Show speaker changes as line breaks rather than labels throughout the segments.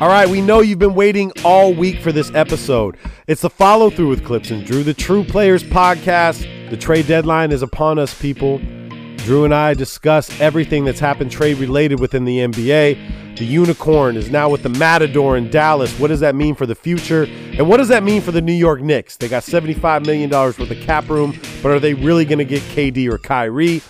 All right, we know you've been waiting all week for this episode. It's the follow through with Clips and Drew, the True Players podcast. The trade deadline is upon us, people. Drew and I discuss everything that's happened trade related within the NBA. The unicorn is now with the Matador in Dallas. What does that mean for the future? And what does that mean for the New York Knicks? They got $75 million worth of cap room, but are they really going to get KD or Kyrie?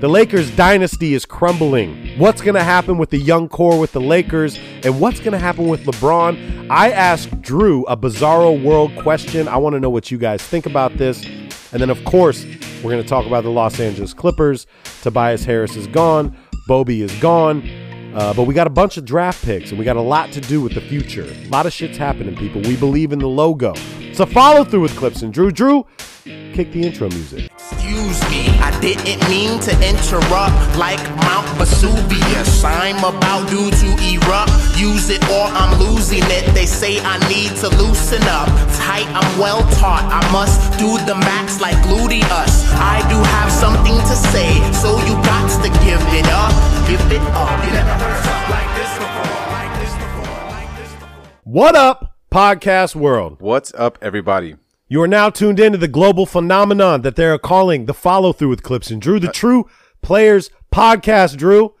The Lakers dynasty is crumbling. What's going to happen with the young core with the Lakers and what's going to happen with LeBron? I asked Drew a bizarro world question. I want to know what you guys think about this. And then of course, we're going to talk about the Los Angeles Clippers. Tobias Harris is gone, Bobby is gone. Uh, but we got a bunch of draft picks and we got a lot to do with the future. A lot of shit's happening, people. We believe in the logo. So follow through with clips and Drew. Drew, kick the intro music.
Excuse me, I didn't mean to interrupt like Mount Vesuvius. I'm about due to erupt. Use it or I'm losing it. They say I need to loosen up. Tight, I'm well taught. I must do the max like gluteus. I do have something to say, so you got to give it up. Give it up. You never heard something like this before, like this before, like this before.
What up, podcast world?
What's up, everybody?
You are now tuned in to the global phenomenon that they are calling the follow through with Clips and
Uh,
Drew, the True Players podcast. Drew,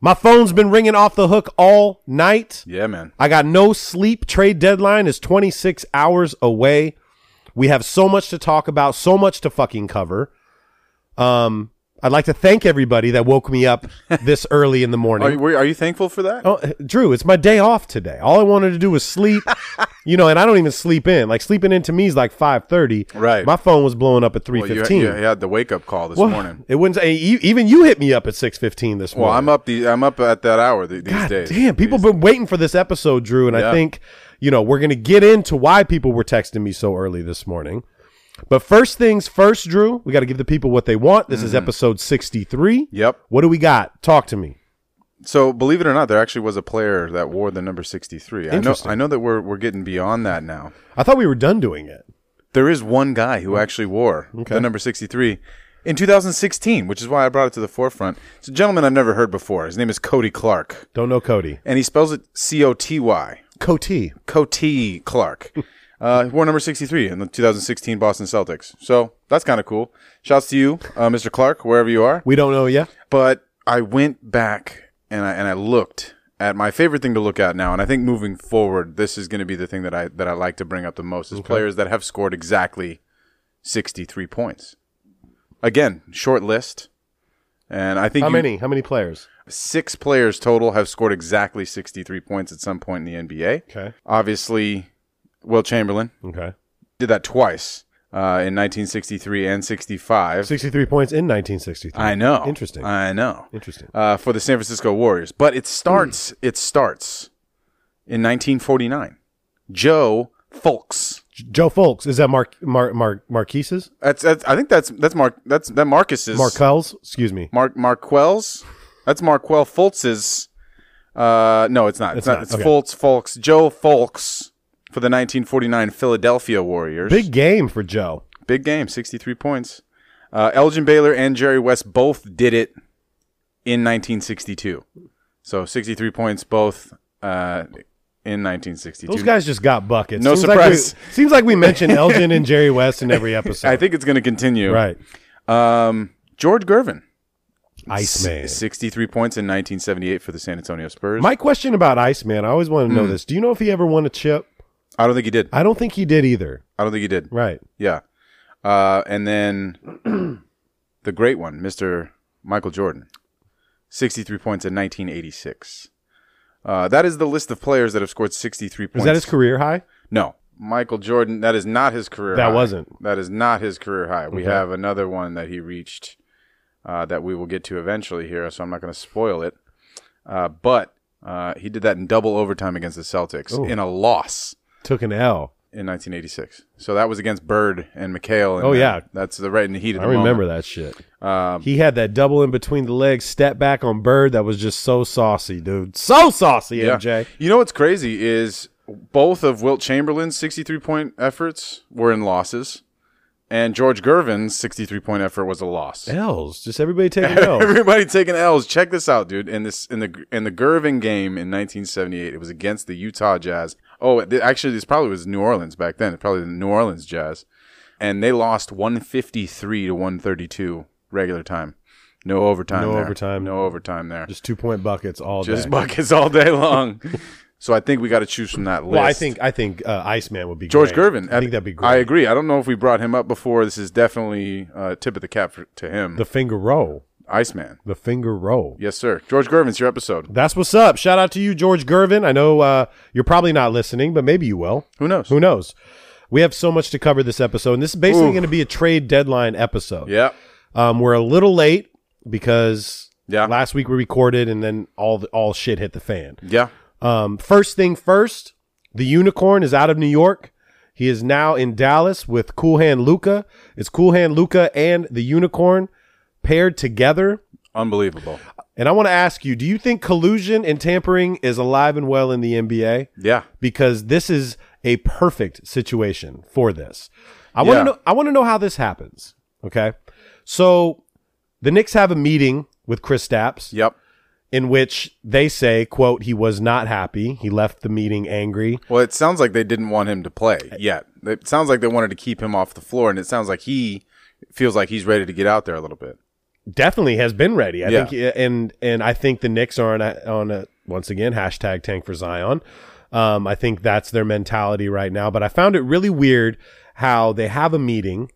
my phone's been ringing off the hook all night.
Yeah, man.
I got no sleep. Trade deadline is 26 hours away. We have so much to talk about, so much to fucking cover. Um, I'd like to thank everybody that woke me up this early in the
Are
morning.
you, were- are you thankful for that?
Oh, uh, Drew, it's my day off today. All I wanted to do was sleep, you know, and I don't even sleep in. Like sleeping in to me is like five thirty.
Right.
My phone was blowing up at three
Well, you,
E fifteen.
you had the wake up call this morning.
It wouldn't. Say, e- even you hit me up at six fifteen this
Well,
morning.
I'm up the I'm up at that hour th- these
God
days.
damn, people
These-
been waiting for this episode, Drew, and I
Yeah.
think you know we're gonna get into why people were texting me so early this morning. But first things first, Drew, we got to give the people what they want. This is episode sixty three.
Mm-hmm. Yep.
What do we got? Talk to me.
So believe it or not, there actually was a player that wore the number 63. I know.
Interesting.
I know that we're we're getting beyond that now.
I thought we were done doing it.
There is one guy
Oh.
who actually wore the number 63 in 2016, which is why I brought it to the forefront. It's a gentleman I've never heard before. His name is Cody Clark,
Don't know Cody.
and he spells it C O T Y.
Cody.
Coty Clark. Uh, he wore number 63 in the 2016 Boston Celtics. So that's kind of cool. Shouts to you, uh, Mr. Clark, wherever you are.
We don't know yet.
But I went back and I, and I looked at my favorite thing to look at now. And I think moving forward, this is going to be the thing that I, that I like to bring up the most is players that have scored exactly 63 points. Again, short list. And I think
How
you-
many? How many players?
six players total have scored exactly 63 points at some point in the NBA.
Okay.
Obviously, Will Chamberlain
Okay.
did that twice uh, in 1963 and 65.
63 points in 1963.
I know.
Interesting.
I know.
Interesting.
Uh, for the San Francisco Warriors, but it
Hmm.
starts. It starts in 1949. Joe Folks.
J- Joe Folks. Is that Mark, Mar Mar Marquise's?
That's, that's. I think that's that's Mark. That's that Marcus's.
Markel's? Excuse me.
Mark Marquell's. That's Marquell Fultz's. Uh, no, it's not. It's,
It's
not.
not.
It's
Okay.
Fultz, Folks, Joe Folks for the 1949 Philadelphia Warriors.
Big game for Joe.
Big game, 63 points. Uh, Elgin Baylor and Jerry West both did it in 1962. So 63 points both uh, in 1962.
Those guys just got buckets.
No surprise.
Like we, seems like we mentioned Elgin and Jerry West in every episode.
I think it's going to continue.
right.
Um, George Gervin.
Iceman.
63 points in 1978 for the San Antonio Spurs.
My question about Iceman, I always want to know
Hmm.
this. Do you know if he ever won a chip?
I don't think he did.
I don't think he did either.
I don't think he did.
Right.
Yeah. Uh, and then the great one, Mr. Michael Jordan, 63 points in 1986. Uh, that is the list of players that have scored 63 points.
Is that his career high?
No. Michael Jordan, that is not his career
That
high.
wasn't.
That is not his career high. We
Okay.
have another one that he reached uh, that we will get to eventually here, so I'm not going to spoil it. Uh, but uh, he did that in double overtime against the Celtics
Ooh.
in a loss
Took an L.
in 1986. So that was against Bird and McHale. And
Oh,
that-
yeah.
That's the right in the heat of
I
the moment.
remember that shit.
Um,
He had that double in between the legs, step back on Bird. That was just so saucy, dude. So saucy,
Yeah.
MJ.
You know what's crazy is both of Wilt Chamberlain's 63 point efforts were in losses, and George Gervin's 63 point effort was a loss.
L's. Just everybody taking L's.
Everybody taking L's. Check this out, dude. In this in the in the Gervin game in 1978, it was against the Utah Jazz. Oh, th- actually, this probably was New Orleans back then. Probably the New Orleans Jazz, and they lost 153 to 132 regular time. No overtime.
No
there.
overtime.
No overtime there.
Just two point buckets all
Just
day.
buckets all day long. so I think we got to choose from that list.
well, I think I think uh, Iceman would be
George
great.
Gervin.
I think that'd be great.
I agree. I don't know if we brought him up before. This is definitely uh, tip of the cap for, to him.
the finger roll.
Iceman.
The finger roll.
Yes, sir. George Gervin's your episode.
That's what's up. Shout out to you, George Gervin. I know uh, you're probably not listening, but maybe you will.
Who knows?
Who knows? We have so much to cover this episode, and this is basically
Oof.
going to be a trade deadline episode.
Yeah.
Um, we're a little late because
Yeah.
last week we recorded, and then all the, all shit hit the fan.
Yeah.
Um, first thing first, the unicorn is out of New York. He is now in Dallas with Cool Hand Luca. It's Cool Hand Luca and the unicorn paired together.
Unbelievable.
And I want to ask you, do you think collusion and tampering is alive and well in the NBA?
Yeah.
Because this is a perfect situation for this. I want to
Yeah.
know I want to know how this happens. Okay. So the Knicks have a meeting with Chris Stapps
Yep.
in which they say, quote, he was not happy. He left the meeting angry.
Well, it sounds like they didn't want him to play yet. It sounds like they wanted to keep him off the floor, and it sounds like he feels like he's ready to get out there a little bit.
Definitely has been ready. I
Yeah.
think and and I think the Knicks are on a, on a once again hashtag tank for Zion. Um, I think that's their mentality right now. But I found it really weird how they have a meeting.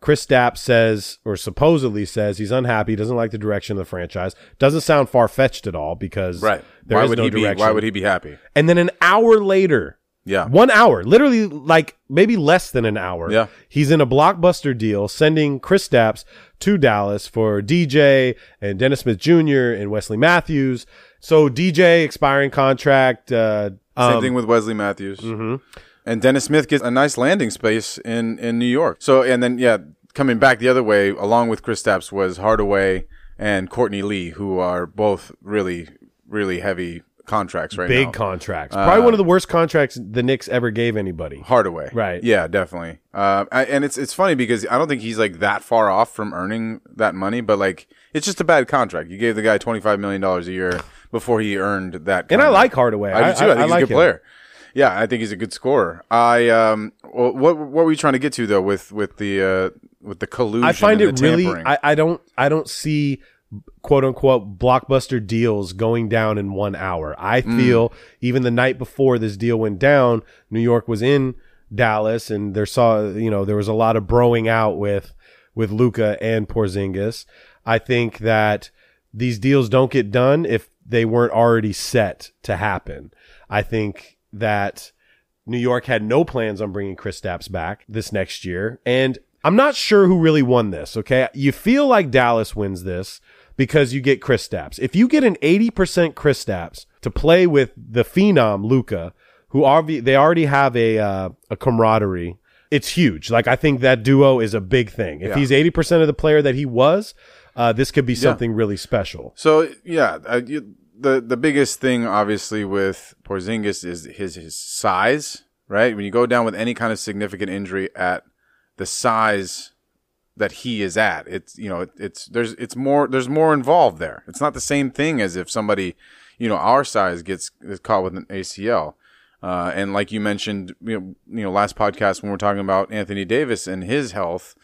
Chris Stapp says, or supposedly says, he's unhappy, doesn't like the direction of the franchise. Doesn't sound far fetched at all because there
why
is
would
no
he
direction.
be? Why would he be happy?
And then an hour later,
Yeah.
One hour, literally, like maybe less than an hour.
Yeah.
he's in a blockbuster deal, sending Chris Stapps to Dallas for DJ and Dennis Smith Jr. and Wesley Matthews. So DJ expiring contract. Uh,
Same
um, mm-hmm.
thing with Wesley Matthews. And Dennis Smith gets a nice landing space in, in New York. So, and then, yeah, coming back the other way, along with Chris Stapps, was Hardaway and Courtney Lee, who are both really, really heavy contracts right
big
now.
contracts.
Uh,
Probably one of the worst contracts the Knicks ever gave anybody.
Hardaway.
Right.
Yeah, definitely. Uh, I, and it's it's funny because I don't think he's like that far off from earning that money, but like it's just a bad contract. You gave the guy twenty five million dollars a year before he earned that.
And I
kind of-
like Hardaway.
I do too. I, think he's
like
a good
him.
player. Yeah, I think he's a good scorer. I um, wh- what what were you trying to get to though with with the uh, with the collusion?
I find
and
it
the
really.
tampering?
I, I don't. I don't see quote unquote blockbuster deals going down in one hour. I
Mm.
feel even the night before this deal went down, New York was in Dallas, and there saw you know there was a lot of broing out with with Luca and Porzingis. I think that these deals don't get done if they weren't already set to happen. I think that New York had no plans on bringing Chris Stapps back this next year. And I'm not sure who really won this, okay? You feel like Dallas wins this because you get Chris Stapps. If you get an 80% Chris Stapps to play with the phenom Luca, who obvi- they already have a, uh, a camaraderie, it's huge. Like, I think that duo is a big thing. If
Yeah.
he's 80% of the player that he was, uh, this could be something really special.
So yeah, I, you, the the biggest thing obviously with Porzingis is his his size, right? When you go down with any kind of significant injury at the size that he is at, it's you know it, it's there's it's more there's more involved there. It's not the same thing as if somebody you know our size gets is caught with an ACL. Uh, and like you mentioned, you know, you know, last podcast when we we're talking about Anthony Davis and his health,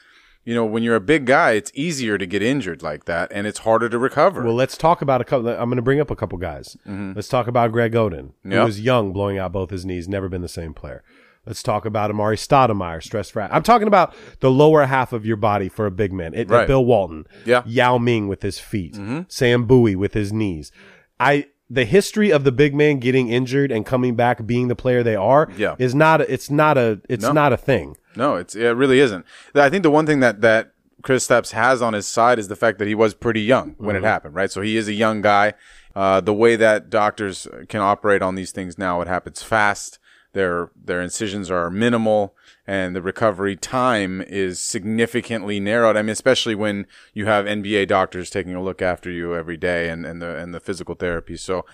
you know, when you're a big guy, it's easier to get injured like that, and it's harder to recover.
Well, let's talk about a couple. I'm going to bring up a couple guys.
Mm-hmm.
Let's talk about Greg Oden, who
Yeah.
was young, blowing out both his knees, never been the same player. Let's talk about Amari Stoudemire, stress fracture. I'm talking about the lower half of your body for a big man. It,
Right.
Bill Walton,
Yeah. Mm-hmm.
Yao Ming with his feet, Sam Bowie with his knees. I the history of the big man getting injured and coming back being the player they are
Yeah.
is not a, it's not a it's not a thing.
No, it's it really isn't. I think the one thing that that Chris Stapps has on his side is the fact that he was pretty young when it happened, right? So he is a young guy. Uh, the way that doctors can operate on these things now, it happens fast. Their their incisions are minimal, and the recovery time is significantly narrowed. I mean, especially when you have NBA doctors taking a look after you every day, and and the and the physical therapy. So.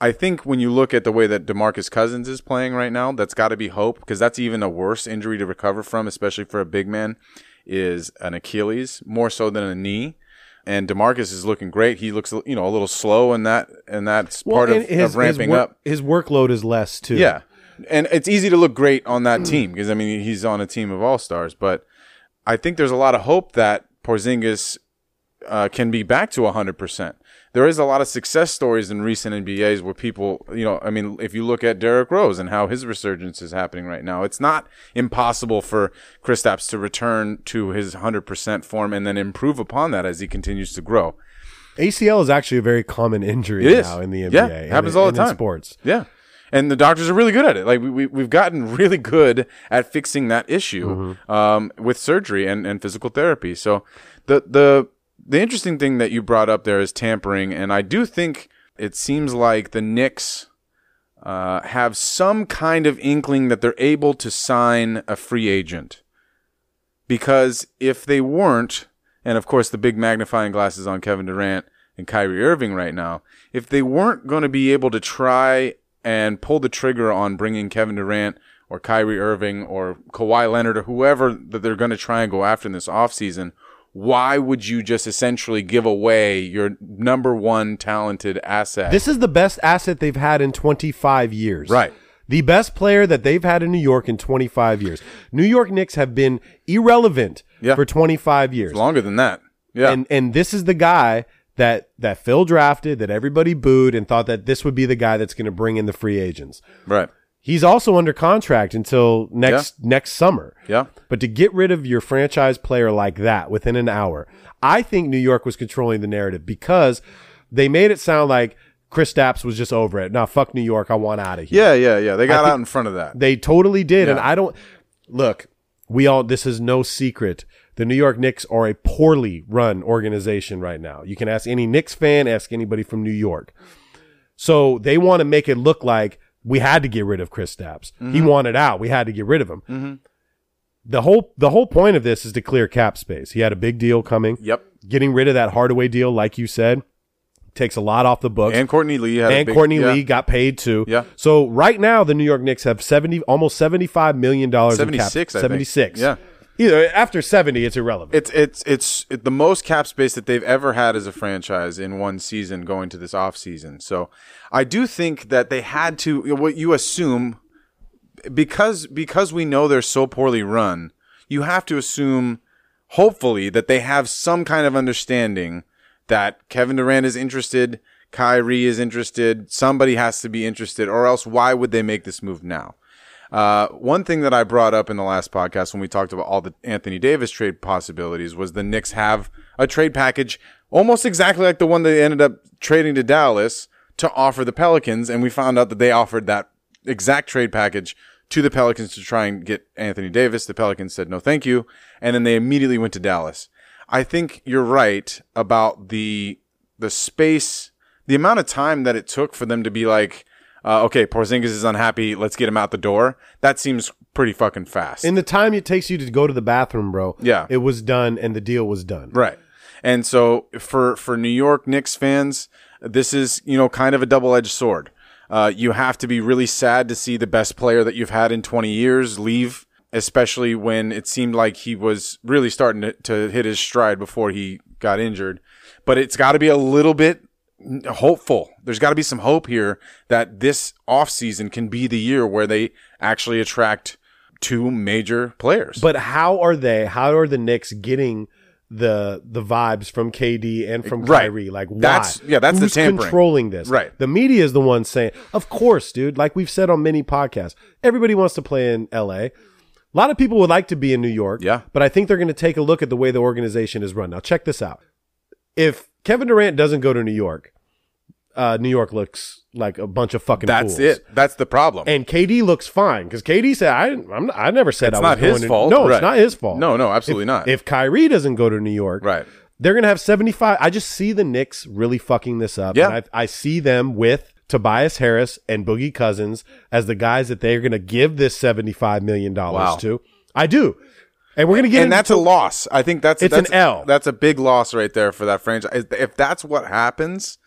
I think when you look at the way that DeMarcus Cousins is playing right now, that's got to be hope because that's even a worse injury to recover from, especially for a big man, is an Achilles more so than a knee. And DeMarcus is looking great. He looks, you know, a little slow in that and that's part
and
of, of ramping
work-
up.
His workload is less too.
Yeah. And it's easy to look great on that team because, I mean, he's on a team of all stars. But I think there's a lot of hope that Porzingis uh, can be back to 100%. There is a lot of success stories in recent NBAs where people, you know, I mean, if you look at Derrick Rose and how his resurgence is happening right now, it's not impossible for Kristaps to return to his 100% form and then improve upon that as he continues to grow.
ACL is actually a very common injury
It is
now in the NBA.
Yeah,
and
happens
in-
all the
and in
time.
sports.
Yeah, and the doctors are really good at it. Like we, we we've gotten really good at fixing that issue um, with surgery and, and physical therapy. So the the the interesting thing that you brought up there is tampering, and I do think it seems like the Knicks uh, have some kind of inkling that they're able to sign a free agent because if they weren't, and of course the big magnifying glass is on Kevin Durant and Kyrie Irving right now, if they weren't going to be able to try and pull the trigger on bringing Kevin Durant or Kyrie Irving or Kawhi Leonard or whoever that they're going to try and go after in this offseason, why would you just essentially give away your number one talented asset?
This is the best asset they've had in 25 years.
Right.
The best player that they've had in New York in 25 years. New York Knicks have been irrelevant
Yeah.
for 25 years.
longer than that. Yeah.
And and this is the guy that that Phil drafted that everybody booed and thought that this would be the guy that's going to bring in the free agents.
right.
He's also under contract until next next summer.
Yeah.
But to get rid of your franchise player like that within an hour, I think New York was controlling the narrative because they made it sound like Chris Stapps was just over it. Now fuck New York, I want out of here.
Yeah, yeah, yeah. They got
think-
out in front of that.
They totally did, and
Yeah.
I don't look. We all this is no secret. The New York Knicks are a poorly run organization right now. You can ask any Knicks fan, ask anybody from New York. So they want to make it look like we had to get rid of Chris Stapps.
Mm-hmm.
He wanted out. We had to get rid of him. The whole the whole point of this is to clear cap space. He had a big deal coming.
Yep.
Getting rid of that Hardaway deal, like you said, takes a lot off the books
And Courtney Lee had a
and
big-
Courtney
yeah.
Lee got paid too.
Yeah.
So right now the New York Knicks have seventy, almost seventy-five million dollars.
$76, I think.
Seventy-six.
Yeah.
Either after seventy, it's irrelevant.
It's it's it's it, the most cap space that they've ever had as a franchise in one season going to this offseason. So I do think that they had to you know, what you assume because because we know they're so poorly run, you have to assume hopefully that they have some kind of understanding that Kevin Durant is interested, Kyrie is interested, somebody has to be interested or else why would they make this move now? Uh, one thing that I brought up in the last podcast when we talked about all the Anthony Davis trade possibilities was the Knicks have a trade package almost exactly like the one they ended up trading to Dallas to offer the Pelicans, and we found out that they offered that exact trade package to the Pelicans to try and get Anthony Davis. The Pelicans said no, thank you, and then they immediately went to Dallas. I think you're right about the the space, the amount of time that it took for them to be like, uh, okay, Porzingis is unhappy. Let's get him out the door. That seems pretty fucking fast.
In the time it takes you to go to the bathroom, bro.
Yeah.
It was done, and the deal was done.
Right. And so for for New York Knicks fans, this is you know kind of a double edged sword. Uh, you have to be really sad to see the best player that you've had in 20 years leave, especially when it seemed like he was really starting to, to hit his stride before he got injured. But it's got to be a little bit hopeful. There's got to be some hope here that this offseason can be the year where they actually attract two major players.
But how are they? How are the Knicks getting the the vibes from KD and from
Right.
Kyrie? Like, why?
That's- yeah, that's the
Who's
tampering.
controlling this.
Right.
The media is the one saying, "Of course, dude." Like we've said on many podcasts, everybody wants to play in L.A. A lot of people would like to be in New York.
Yeah.
But I think they're going to take a look at the way the organization is run. Now, check this out. If Kevin Durant doesn't go to New York, uh, New York looks like a bunch of fucking
that's
fools.
it. That's the problem.
And KD looks fine because KD said, "I didn't, I'm, I never said I was
not his
going to-"
fault,
No,
right.
it's not his fault.
no, no, absolutely not.
If Kyrie doesn't go to New York,
right.
they're going to have 75. I just see the Knicks really fucking this up. And
Yeah.
I, I see them with Tobias Harris and Boogie Cousins as the guys that they're going to give this $75 million
Wow.
to. I do. And we're going to get
and
into-
that's a loss. I think that's
It's
that's,
an L.
That's a big loss right there for that franchise. If that's what happens,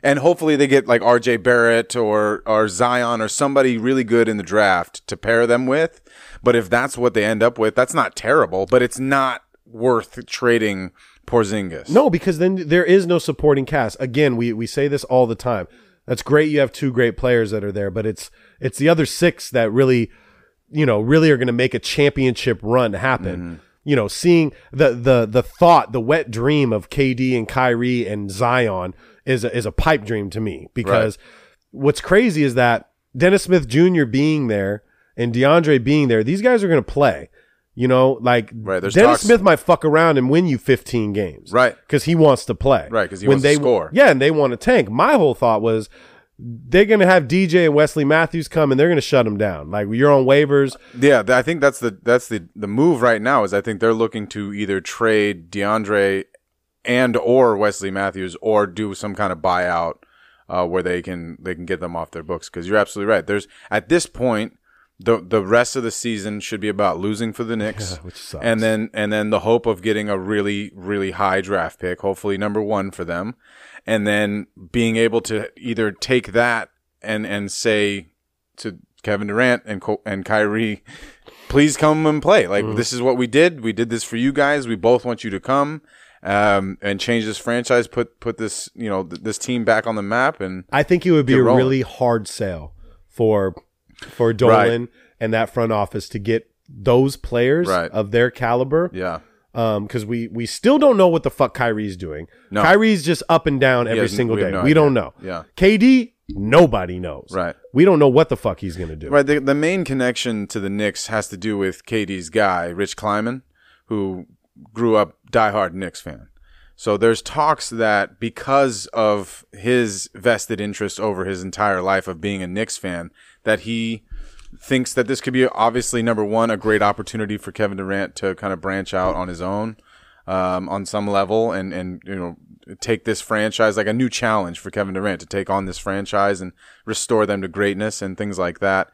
and hopefully they get like R.J. Barrett or or Zion or somebody really good in the draft to pair them with. But if that's what they end up with, that's not terrible, but it's not worth trading Porzingis.
No, because then there is no supporting cast. Again, we we say this all the time. That's great. You have two great players that are there, but it's it's the other six that really, you know, really are going to make a championship run happen.
Mm-hmm.
You know, seeing the the the thought, the wet dream of KD and Kyrie and Zion is a, is a pipe dream to me because what's crazy is that Dennis Smith Jr. being there and DeAndre being there, these guys are going to play. You know, like
Right, there's
Dennis
talks-
Smith might fuck around and win you 15 games
Right.
because he wants to play.
Right, 'cause he wants to
they,
score.
Yeah, and they want to tank. My whole thought was they're going to have DJ and Wesley Matthews come and they're going to shut him down. Like you're on waivers.
Yeah, th- I think that's the that's the the move right now is I think they're looking to either trade DeAndre and or Wesley Matthews or do some kind of buyout uh, where they can they can get them off their books because you're absolutely right. There's at this point the the rest of the season should be about losing for the Knicks,
which sucks.
and then and then the hope of getting a really really high draft pick, hopefully number one for them, and then being able to either take that and and say to Kevin Durant and Co- and Kyrie, please come and play. Like this is what we did. We did this for you guys. We both want you to come um, and change this franchise. Put put this you know th- this team back on the map. And
I think it would be
Get
a
rolling.
really hard sale for for Dolan and that front office to get those players
Right.
of their caliber.
yeah,
Um, because we we still don't know what the fuck Kyrie's doing.
No.
Kyrie's just up and down every
has-
single
we have
day.
no
we
idea.
don't know.
Yeah.
KD, nobody knows.
Right.
We don't know what the fuck he's gonna do.
right. The, the main connection to the Knicks has to do with KD's guy Rich Kleiman, who grew up diehard Knicks fan. So there's talks that because of his vested interest over his entire life of being a Knicks fan, that he thinks that this could be obviously number one a great opportunity for Kevin Durant to kind of branch out on his own um, on some level and and you know take this franchise like a new challenge for Kevin Durant to take on this franchise and restore them to greatness and things like that.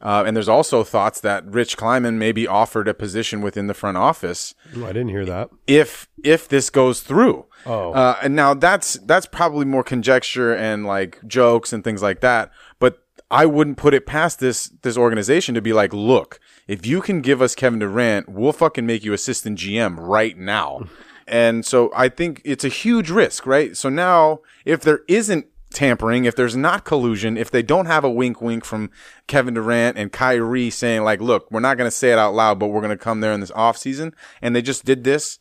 Uh, and there's also thoughts that Rich Kleiman may be offered a position within the front office
Ooh, I didn't hear that.
if if this goes through.
Oh.
Uh, and now that's that's probably more conjecture and like jokes and things like that. But I wouldn't put it past this this organization to be like, look, if you can give us Kevin Durant, we'll fucking make you assistant GM right now. and so I think it's a huge risk, right? So now if there isn't tampering, if there's not collusion, if they don't have a wink wink from Kevin Durant and Kyrie saying like, look, we're not going to say it out loud, but we're going to come there in this offseason and they just did this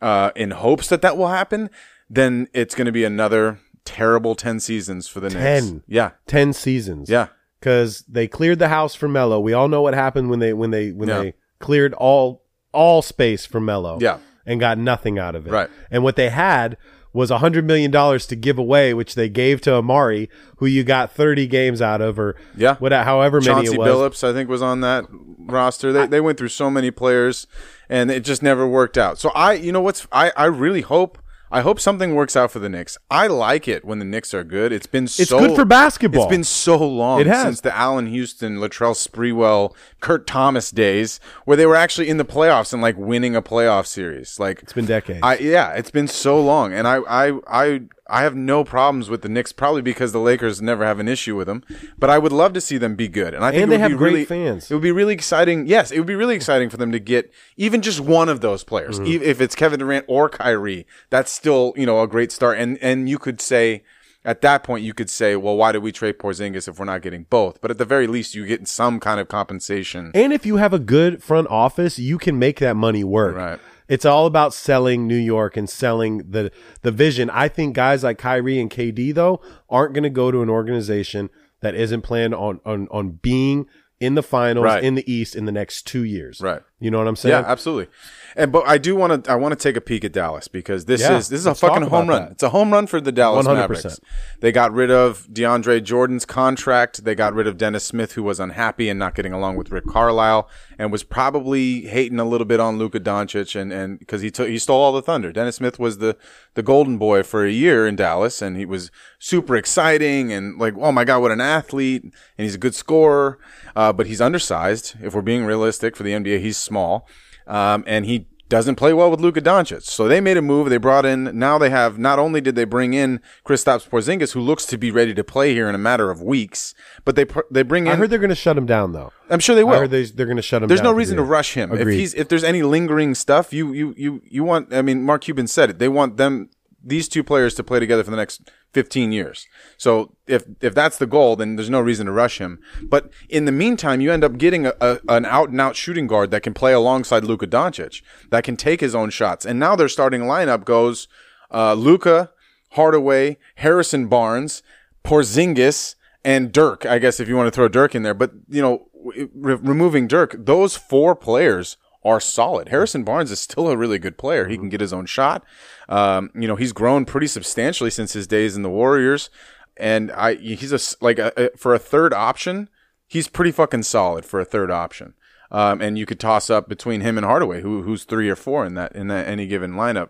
uh, in hopes that that will happen, then it's going to be another terrible 10 seasons for the Knicks.
10.
Yeah.
10 seasons.
Yeah.
Cuz they cleared the house for Melo. We all know what happened when they when they when
Yeah.
they cleared all all space for Melo.
Yeah.
And got nothing out of it.
Right.
And what they had was a hundred million dollars to give away, which they gave to Amari, who you got thirty games out of, or
Yeah.
what, however many
Chauncey
it was.
Billups, I think, was on that roster. They, they went through so many players and it just never worked out. So I, you know what's, I, I really hope, I hope something works out for the Knicks. I like it when the Knicks are good. It's been so
It's good for basketball.
It's been so long
It has.
since the Allen Houston, Latrell Sprewell, Kurt Thomas days where they were actually in the playoffs and like winning a playoff series. Like it's
been decades.
I yeah, it's been so long, and I I I I have no problems with the Knicks, probably because the Lakers never have an issue with them. But I would love to see them be good, and I think
And
it
they
would
have
be
great
really,
fans.
It would be really exciting. Yes, it would be really exciting for them to get even just one of those players,
Mm-hmm.
e- if it's Kevin Durant or Kyrie. That's still you know a great start, and and you could say. at that point you could say, well, why did we trade Porzingis if we're not getting both? But at the very least, you get some kind of compensation.
And if you have a good front office, you can make that money work.
Right.
It's all about selling New York and selling the the vision. I think guys like Kyrie and KD though aren't going to go to an organization that isn't planned on on on being in the finals
Right.
in the East in the next two years.
Right.
You know what I'm saying?
Yeah, absolutely. And but I do want to I want to take a peek at Dallas because this
Yeah,
is this is a
let's talk
fucking home
about
run.
that.
It's a home run for the Dallas
100%.
Mavericks. They got rid of DeAndre Jordan's contract. They got rid of Dennis Smith, who was unhappy and not getting along with Rick Carlisle, and was probably hating a little bit on Luka Doncic, and and because he took he stole all the thunder. Dennis Smith was the the golden boy for a year in Dallas, and he was super exciting and like, oh my god, what an athlete! And he's a good scorer, uh, but he's undersized. If we're being realistic for the NBA, he's small, um, and he doesn't play well with Luka Doncic. So they made a move. They brought in. Now they have. Not only did they bring in Kristaps Porzingis, who looks to be ready to play here in a matter of weeks, but they pr- they bring in.
I heard they're going to shut him down though.
I'm sure they
I
will.
heard they, they're going to shut him
There's
down.
no
for
reason to
the-
rush him.
Agreed.
If he's if there's any lingering stuff, you you you you want. I mean, Mark Cuban said it. They want them these two players to play together for the next 15 years. So if if that's the goal, then there's no reason to rush him. But in the meantime, you end up getting a, a an out and out shooting guard that can play alongside Luka Doncic, that can take his own shots. And now their starting lineup goes uh, Luka, Hardaway, Harrison Barnes, Porzingis, and Dirk. I guess if you want to throw Dirk in there, but you know, w- re- removing Dirk, those four players are solid. Harrison Barnes is still a really good player. He can get his own shot. Um, you know, he's grown pretty substantially since his days in the Warriors, and I he's a s- like a, a, for a third option, he's pretty fucking solid for a third option. Um, and you could toss up between him and Hardaway, who who's three or four in that in that any given lineup.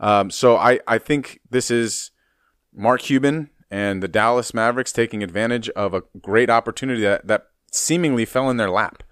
Um, so I I think this is Mark Cuban and the Dallas Mavericks taking advantage of a great opportunity that, that seemingally fell in their lap.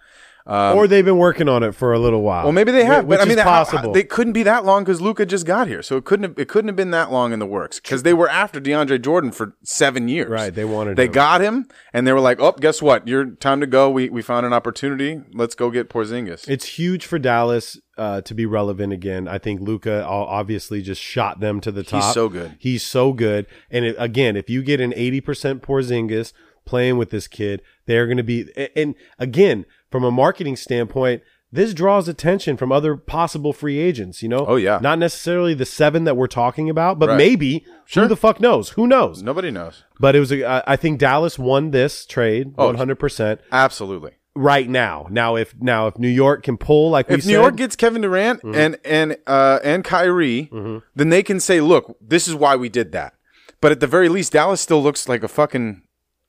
or they've been working on it for a little while.
um, Well, maybe they have,
which
but I mean,
is
how-
possible.
they couldn't be that long because Luca just got here, so it couldn't have, it couldn't have been that long in the works because they were after DeAndre Jordan for seven years.
Right, they wanted
they
him.
got him, and they were like, "Oh, guess what? Your time to go. We we found an opportunity. Let's go get Porzingis."
It's huge for Dallas uh, to be relevant again. I think Luca obviously just shot them to the top.
so good.
He's so good. And it, again, if you get an eighty percent Porzingis playing with this kid, they're going to be. a- And again, from a marketing standpoint, this draws attention from other possible free agents. You know,
Oh, yeah.
not necessarily the seven that we're talking about, but
Right.
maybe. Who the fuck knows? Who knows?
Nobody knows.
But it was. A, I I think Dallas won this trade
Oh,
one hundred percent
Absolutely.
right now. Now, if now if New York can pull like we
If New
said- Mm-hmm.
York gets Kevin Durant and and uh, and Kyrie, then they can say, "Look, this is why we did that." But at the very least, Dallas still looks like a fucking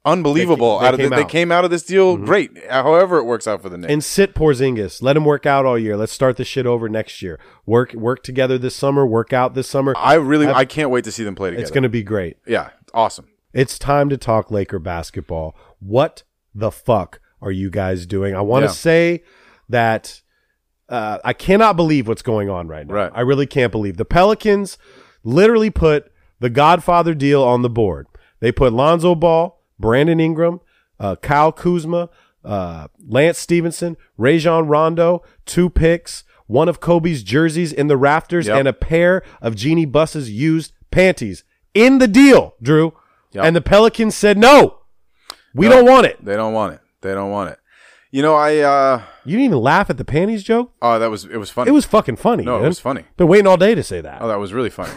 unbelievable.
they
out of
came
the, they
out. Mm-hmm.
came out of this deal great. However, it works out for the Knicks.
and sit Porzingis. Let him work out all year. Let's start this shit over next year. Work work together this summer. Work out this summer.
I really, I can't wait to see them play together.
It's going to be great.
yeah, awesome.
It's time to talk Laker basketball. What the fuck are you guys doing? I want to
Yeah.
say that uh, I cannot believe what's going on right now.
Right.
I really can't believe the Pelicans literally put the Godfather deal on the board. They put Lonzo Ball, Brandon Ingram, uh, Kyle Kuzma, uh, Lance Stevenson, Rajon Rondo, two picks, one of Kobe's jerseys in the rafters,
Yep.
and a pair of Genie Bus's used panties in the deal, Drew.
Yep.
And the Pelicans said, no, we don't want it.
They don't want it. They don't want it. You know, I uh
You didn't even laugh at the panties joke.
oh, that was it was funny.
It was fucking funny.
no, it
dude.
was funny.
Been waiting all day to say that.
Oh, that was really funny.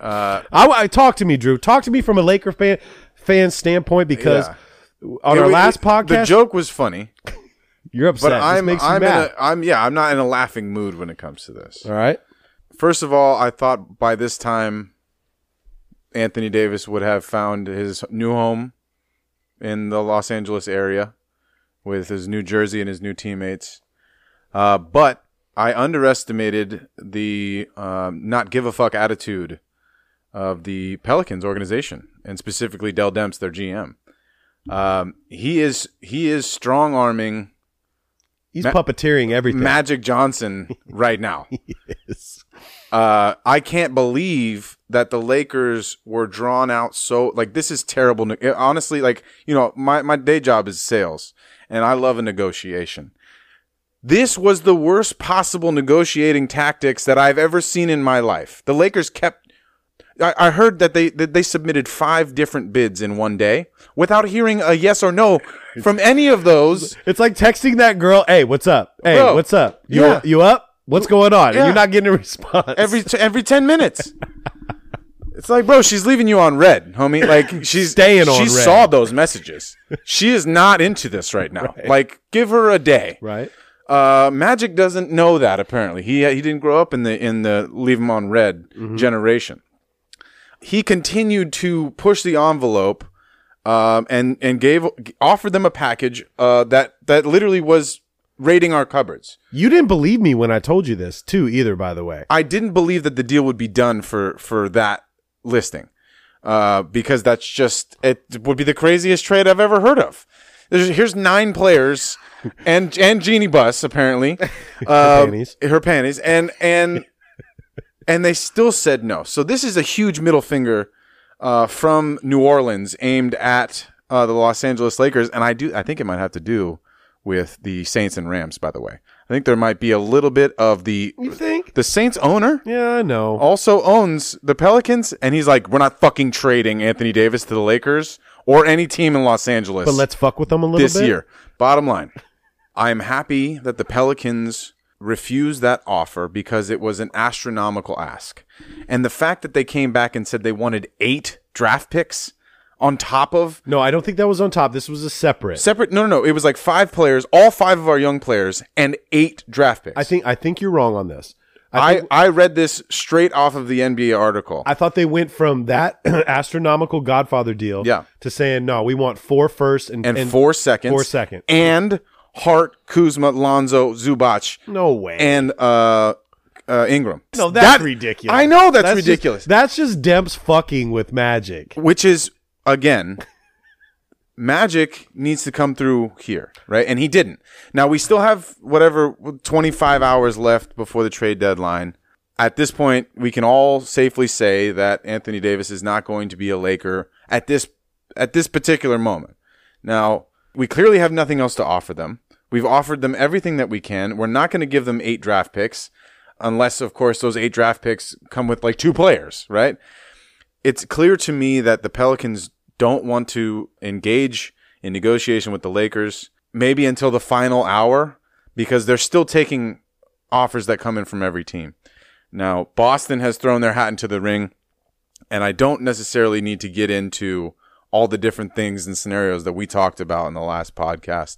I, I talk to me, Drew. Talk to me from a Laker fan fan standpoint because on
It
our
was-
last
it-
podcast,
the joke was funny,
you're upset.
but
This
I'm
makes you
I'm in
mad.
a, I'm yeah, I'm not in a laughing mood when it comes to this.
all right.
First of all, I thought by this time Anthony Davis would have found his new home in the Los Angeles area with his new jersey and his new teammates. Uh, but I underestimated the um, not give a fuck attitude of the Pelicans organization and specifically Dell Demps, their GM. Um, he is he is strong arming
He's puppeteering everything.
Magic Johnson right now. Uh, I can't believe that the Lakers were drawn out so like this is terrible. ne- it- Honestly, like you know, my my day job is sales, and I love a negotiation. This was the worst possible negotiating tactics that I've ever seen in my life. The Lakers kept I, I heard that they that they submitted five different bids in one day without hearing a yes or no from any of those.
It's like texting that girl, "Hey, what's up? Hey,
Bro,
what's up? You
yeah.
you up? What's going on?" And
Yeah.
you're not getting a response.
every t- every ten minutes. It's like, bro, she's leaving you on red, homie. Like she's
Staying on
She
red.
saw those messages. she is not into this right now. Like, give her a day.
right?
Uh, Magic doesn't know that apparently. He he didn't grow up in the in the leave him on red
Mm-hmm.
generation. He continued to push the envelope, um, and and gave offered them a package uh, that that literally was raiding our cupboards.
You didn't believe me when I told you this too, either. By the way,
I didn't believe that the deal would be done for for that listing, uh, because that's just it would be the craziest trade I've ever heard of. There's, here's nine players, and and Jeannie Bus apparently, uh,
panties.
her panties, and and and they still said no. So this is a huge middle finger uh, from New Orleans aimed at uh, the Los Angeles Lakers, and I do I think it might have to do with the Saints and Rams. By the way, I think there might be a little bit of the
you think?
the Saints owner
Yeah, I know.
also owns the Pelicans, and he's like, we're not fucking trading Anthony Davis to the Lakers or any team in Los Angeles
but let's fuck with them a little
this
bit
year. Bottom line, I'm happy that the Pelicans refused that offer because it was an astronomical ask. And the fact that they came back and said they wanted eight draft picks on top of
No, I don't think that was on top. This was a separate.
separate, no, no, no, it was like five players, all five of our young players, and eight draft picks.
I think I think you're wrong on this. I
I,
think,
I read this straight off of the NBA article.
I thought they went from that astronomical Godfather deal
Yeah.
to saying no, we want four first and,
and,
and
four seconds.
four seconds.
And Hart, Kuzma, Lonzo, Zubac,
No way.
and uh, uh, Ingram.
no, that's ridiculous.
I know that's,
just-
ridiculous.
that's just Demp's fucking with magic.
Which is again, Magic needs to come through here, right? And he didn't. Now we still have whatever twenty five hours left before the trade deadline. At this point, we can all safely say that Anthony Davis is not going to be a Laker at this at this particular moment. Now, we clearly have nothing else to offer them. We've offered them everything that we can. We're not going to give them eight draft picks unless of course those eight draft picks come with like two players, right? It's clear to me that the Pelicans don't want to engage in negotiation with the Lakers maybe until the final hour because they're still taking offers that come in from every team. Now, Boston has thrown their hat into the ring and I don't necessarily need to get into all the different things and scenarios that we talked about in the last podcast.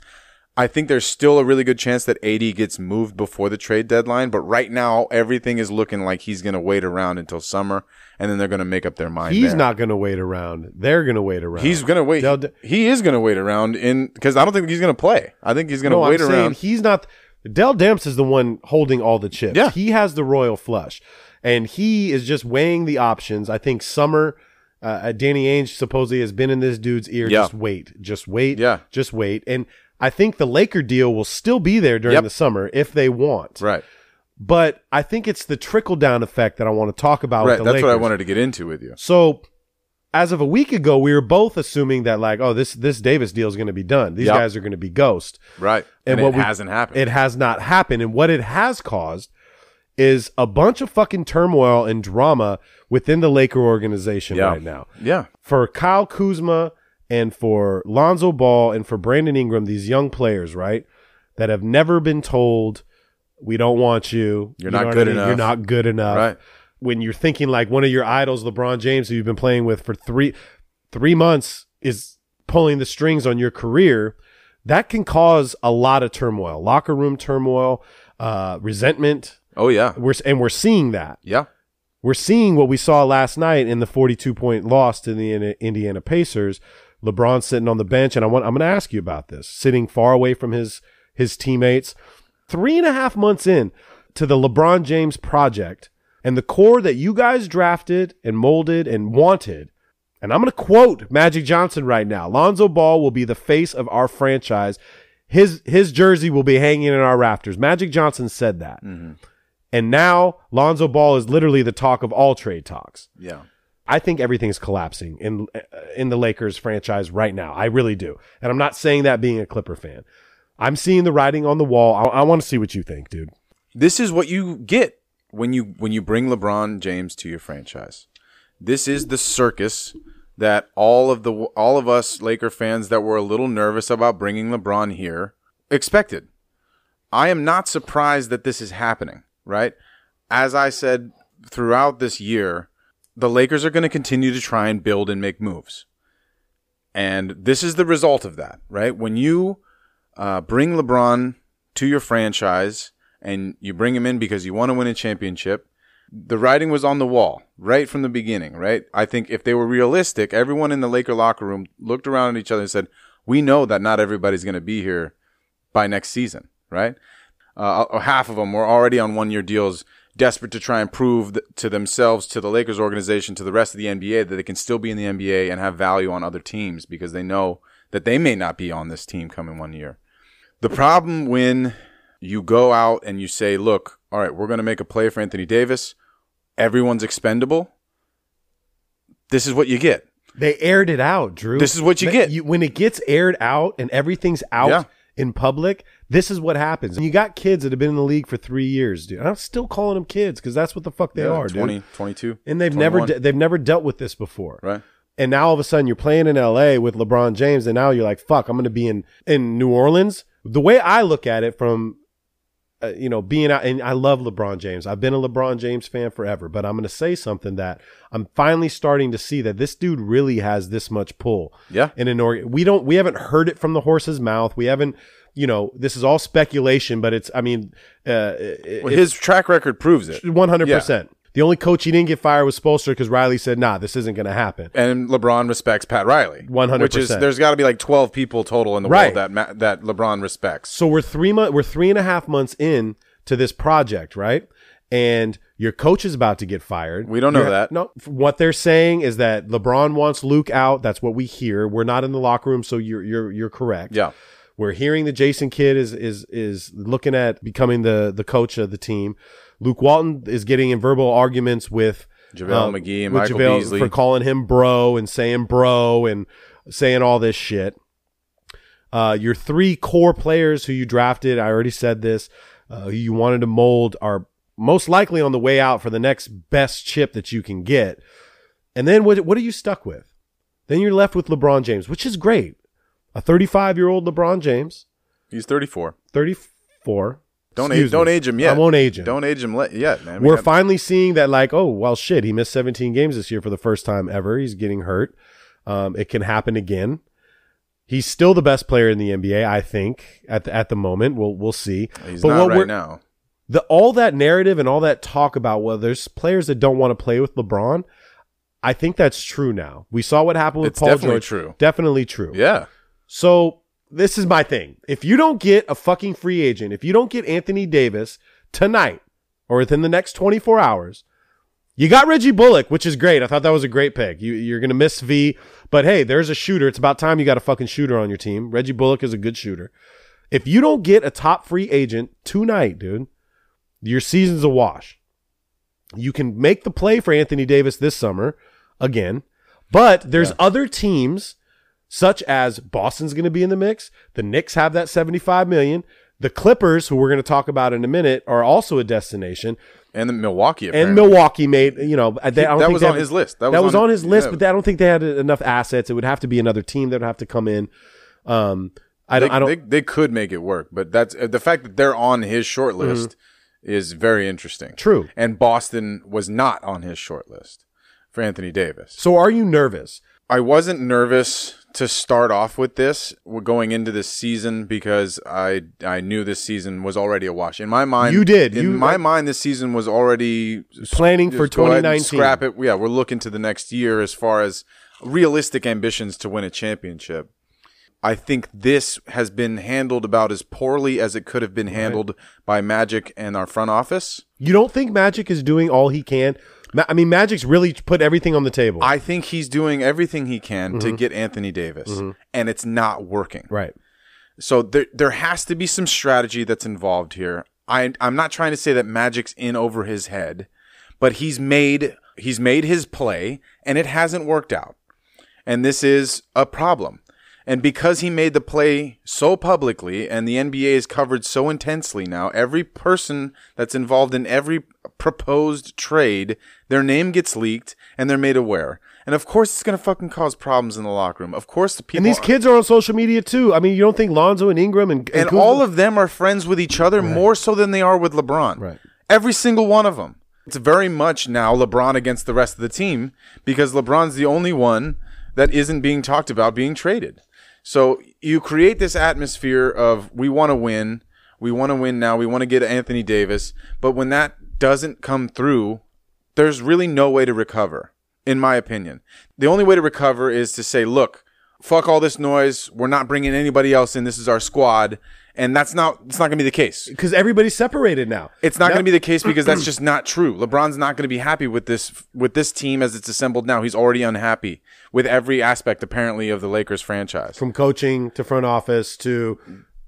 I think there's still a really good chance that AD gets moved before the trade deadline, but right now everything is looking like he's going to wait around until summer, and then they're going to make up their mind.
He's
there.
not going to wait around. They're going to wait around.
He's going to wait.
They'll d-
he is going to wait around in because I don't think he's going to play. I think he's going to
no,
wait
I'm saying
around.
he's not. Dell Demps is the one holding all the chips.
Yeah.
he has the royal flush, and he is just weighing the options. I think Summer, uh, Danny Ainge supposedly has been in this dude's ear.
Yeah.
Just wait, just wait,
Yeah.
just wait. And I think the Laker deal will still be there during
Yep.
the summer if they want.
right.
But I think it's the trickle down effect that I want to talk about.
Right.
with
That's
the
what I
Lakers.
wanted to get into with you.
So as of a week ago, we were both assuming that like, oh, this this Davis deal is going to be done. These
Yep.
guys are going to be ghost.
Right.
And
And,
what
it
we-
hasn't happened.
It has not happened. And what it has caused is a bunch of fucking turmoil and drama within the Laker organization
Yeah.
right now.
yeah.
For Kyle Kuzma and for Lonzo Ball and for Brandon Ingram, these young players, right, that have never been told, we don't want you.
You're
You
not
know what
good
I mean?
enough."
You're not good enough
Right.
when you're thinking like one of your idols, LeBron James, who you've been playing with for three three months, is pulling the strings on your career, that can cause a lot of turmoil, locker room turmoil, uh, resentment.
Oh yeah.
We're and we're seeing that.
Yeah.
We're seeing what we saw last night in the 42 point loss to the Indiana- Indiana Pacers. LeBron sitting on the bench, and I want I'm going to ask you about this. Sitting far away from his his teammates, three and a half months in to the LeBron James project and the core that you guys drafted and molded and wanted. And I'm going to quote Magic Johnson right now. Lonzo Ball will be the face of our franchise. His his jersey will be hanging in our rafters. Magic Johnson said that. And now Lonzo Ball is literally the talk of all trade talks.
Yeah.
I think everything's collapsing in uh, in the Lakers franchise right now. I really do. And I'm not saying that being a Clipper fan. I'm seeing the writing on the wall. I, I want to see what you think, dude.
this is what you get when you when you bring LeBron James to your franchise. This is the circus that all of the all of us Laker fans that were a little nervous about bringing LeBron here expected. I am not surprised that this is happening, right? As I said throughout this year, the Lakers are going to continue to try and build and make moves. And this is the result of that, right? When you uh, bring LeBron to your franchise and you bring him in because you want to win a championship, the writing was on the wall right from the beginning, right? I think if they were realistic, everyone in the Laker locker room looked around at each other and said, We know that not everybody's going to be here by next season, right? Uh, half of them were already on one year deals, desperate to try and prove th- to themselves, to the Lakers organization, to the rest of the NBA that they can still be in the NBA and have value on other teams because they know that they may not be on this team coming one year. The problem when you go out and you say, look, all right, we're going to make a play for Anthony Davis, everyone's expendable, this is what you get.
They aired it out, Drew.
This is what you
Ma-
get.
when it gets aired out and everything's out
Yeah.
in public, this is what happens. And you got kids that have been in the league for three years, dude. And I'm still calling them kids because that's what the fuck they
Yeah,
are,
20,
dude.
22.
And they've
21,
never de- they've never dealt with this before.
right?
And now all of a sudden you're playing in LA with LeBron James, and now you're like, fuck, I'm going to be in in New Orleans. The way I look at it from uh, you know, being out, and I love LeBron James. I've been a LeBron James fan forever, but I'm going to say something that I'm finally starting to see that this dude really has this much pull.
Yeah.
In an org, we don't, we haven't heard it from the horse's mouth. We haven't, you know, this is all speculation, but it's, I mean, uh, it-
Well, his track record proves it.
it's 100%. The only coach he didn't get fired was Spolster because Riley said, nah, this isn't going to happen.
and LeBron respects Pat Riley.
100%.
Which is there's got to be like 12 people total in the
Right.
world that ma- that LeBron respects.
So we're three month, we're three and a half months in to this project, right? And your coach is about to get fired.
We don't know
You're-
that.
No, From what they're saying is that LeBron wants Luke out. That's what we hear. We're not in the locker room, so you're you're you're correct.
Yeah.
We're hearing that Jason Kidd is is is looking at becoming the the coach of the team. Luke Walton is getting in verbal arguments with uh,
JaVale McGee and
with
Michael Beasley.
for calling him bro and saying bro and saying all this shit. Uh, your three core players who you drafted, I already said this, uh, who you wanted to mold are most likely on the way out for the next best chip that you can get. And then what, what are you stuck with? Then you're left with LeBron James, which is great. A 35 year old LeBron James,
He's 34.
34.
Don't
Excuse
age, don't
me.
age him yet.
I won't age him.
Don't age him le- yet, man. We
We're
got-
finally seeing that, like, oh, well, shit, he missed 17 games this year for the first time ever. He's getting hurt. Um, it can happen again. He's still the best player in the NBA, I think, at the, at the moment. We'll we'll see.
He's
what
not right
we're-
now.
The, all that narrative and all that talk about, well, there's players that don't want to play with LeBron. I think that's true now. We saw what happened with
It's
Paul
definitely
George.
true.
Definitely true.
Yeah.
So this is my thing. If you don't get a fucking free agent, if you don't get Anthony Davis tonight or within the next 24 hours, you got Reggie Bullock, which is great. I thought that was a great pick. You, you're going to miss V, but hey, there's a shooter. It's about time you got a fucking shooter on your team. Reggie Bullock is a good shooter. If you don't get a top free agent tonight, dude, your season's a wash. You can make the play for Anthony Davis this summer again, but there's other teams such as Boston's going to be in the mix. The Knicks have that 75 million. The Clippers, who we're going to talk about in a minute, are also a destination.
And the Milwaukee
And
apparently.
Milwaukee made, you know, I- they, I don't
That
think
was
they
on
have-
his list.
That, was, on, his list,
yeah.
but I don't think they had enough assets. It would have to be another team that would have to come in. Um, I
they,
don't, I don't,
they, they could make it work, but that's uh, the fact that they're on his short list is very interesting.
Mm-hmm. True.
And Boston was not on his short list for Anthony Davis.
so are you nervous?
I wasn't nervous to start off with this w- going into this season because I I knew this season was already a wash. In my mind,
You did.
In
You-
my mind, this season was already s-
Planning for
just go ahead and
2019.
Scrap it. Yeah, we're looking to the next year as far as realistic ambitions to win a championship. I think this has been handled about as poorly as it could have been handled by Magic and our front office.
You don't think Magic is doing all he can? Ma- I mean, Magic's really put everything on the table.
I think he's doing everything he can to get Anthony Davis, and it's not working.
right.
So there there has to be some strategy that's involved here. I I'm not trying to say that Magic's in over his head, but he's made he's made his play and it hasn't worked out. And this is a problem. And because he made the play so publicly and the NBA is covered so intensely now, every person that's involved in every proposed trade, their name gets leaked and they're made aware. And of course, it's going to fucking cause problems in the locker room. Of course, the people.
And these kids are on social media too. I mean, you don't think Lonzo and Ingram and,
and
Kuzma-
all of them are friends with each other more so than they are with LeBron.
Right.
Every single one of them. It's very much now LeBron against the rest of the team because LeBron's the only one that isn't being talked about being traded. So you create this atmosphere of we want to win, we want to win now, we want to get Anthony Davis, but when that doesn't come through, there's really no way to recover, in my opinion. The only way to recover is to say, look, fuck all this noise. We're not bringing anybody else in. This is our squad. And that's not, it's not going to be the case.
because everybody's separated now.
It's not going to be the case because that's just not true. LeBron's not going to be happy with this, with this team as it's assembled now. He's already unhappy with every aspect, apparently, of the Lakers franchise.
from coaching to front office to